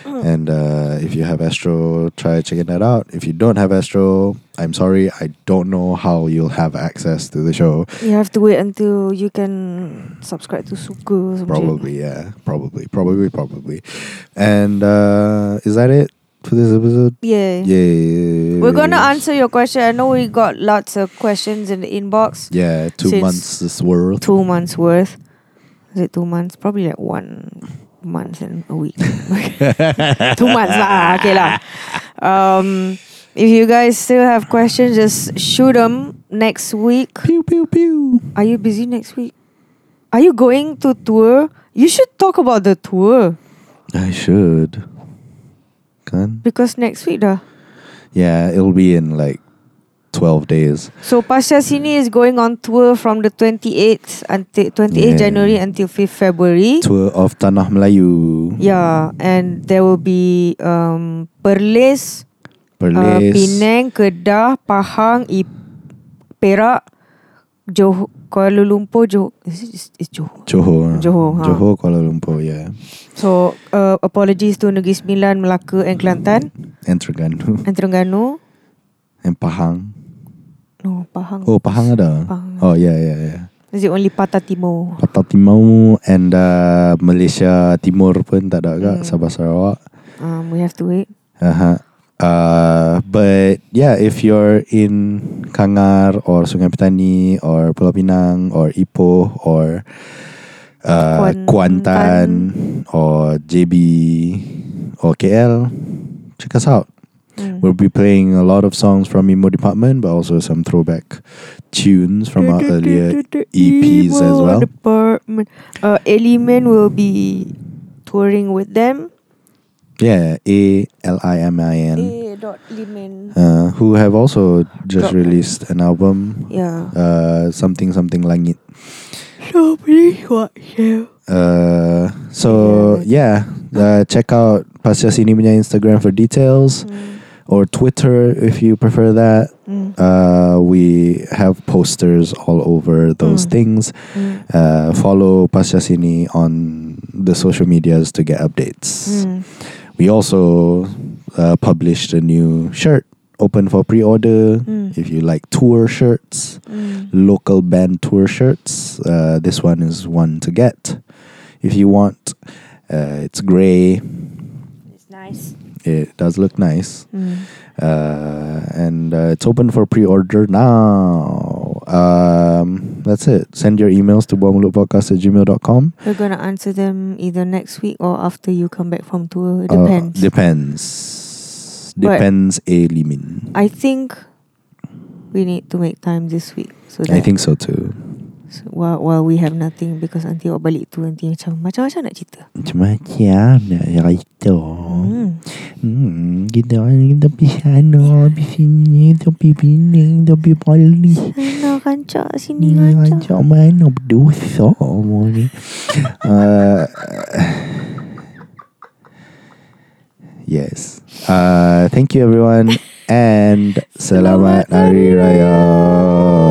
Mm.
and uh, if you have Astro, try checking that out. If you don't have Astro, I'm sorry, I don't know how you'll have access to the show.
You have to wait until you can subscribe to Suka or something.
Probably, yeah, probably, probably, probably. And uh, is that it? for this episode?
Yeah.
Yay.
We're gonna answer your question. I know we got lots of questions in the inbox.
Yeah, two
Since-
months this world.
Two months worth. Is it two months? Probably like one month and a week. two months lah. Okay lah. Um, if you guys still have questions, just shoot them next week.
Pew pew pew.
Are you busy next week? Are you going to tour? You should talk about the tour
I should. Can?
because next week dah.
Yeah, it'll be in like twelve days.
So Pasha Sini is going on tour from the 28th until 28th
Yeah.
January until 5th February.
Tour of Tanah Melayu.
Eh. Yeah, and there will be um Perlis, Uh,
Perlis.
Penang, Kedah, Pahang, I- Perak, Johor, Kuala Lumpur, Johor. Is it is, is Johor?
Johor.
Johor, ha.
Johor, Kuala Lumpur, yeah.
So uh, apologies to Negeri Sembilan, Melaka and Kelantan
And Terengganu.
and Terengganu.
And Pahang.
No, Pahang.
Oh, Pahang ada?
Pahang.
Oh, yeah, yeah, yeah.
Is it only Patah Timur?
Patah Timur and uh, Malaysia Timur pun tak ada agak.
Hmm.
Sabah Sarawak.
Um, we have to wait.
Uh-huh. Uh, but yeah, if you're in Kangar or Sungai Petani or Pulau Pinang or Ipoh or uh,
Kuan-
Kuantan or JB or KL, check us out.
Mm.
We'll be playing a lot of songs from Emo Department, but also some throwback tunes from our earlier. EPs as
Emo
well.
Department. Uh, Element will be touring with them.
Yeah, A L I M I N,
A dot Limin.
uh, who have also just
Drop-
released an album
yeah.
uh, something something langit.
So please watch them.
Uh, so yeah, uh, check out Pasya Sini punya Instagram for details
Mm.
or Twitter if you prefer that.
Mm.
Uh, we have posters all over those
Mm.
things.
Mm.
Uh, follow Pasya Sini on the social medias to get updates.
Mm.
We also uh, published a new shirt open for pre-order.
Mm.
If you like tour shirts,
Mm.
local band tour shirts. Uh, this one is one to get if you want. Uh, it's grey.
It's nice.
It does look nice,
Mm.
uh, and uh, it's open for pre-order now. Um, that's it. Send your emails to bomulutpodcast at gmail.com.
We're gonna answer them either next week or after you come back from tour. It
Uh,
depends.
depends.
But-
Depends a limin.
I think we need to make time this week. So that
I think so too.
so while, while we have nothing because nanti awak balik tu nanti macam macam-macam nak cerita.
Macam nak cerita.
Hmm.
Hmm, kita orang kita pergi sana, pergi sini, kita pergi Penang, kita pergi Polis.
Sana kancak, sini
Ni
kancak.
rancak mana berdosa umur ni. uh, yes. Uh, thank you everyone and selamat
Selamat
Hari
Hari
Raya.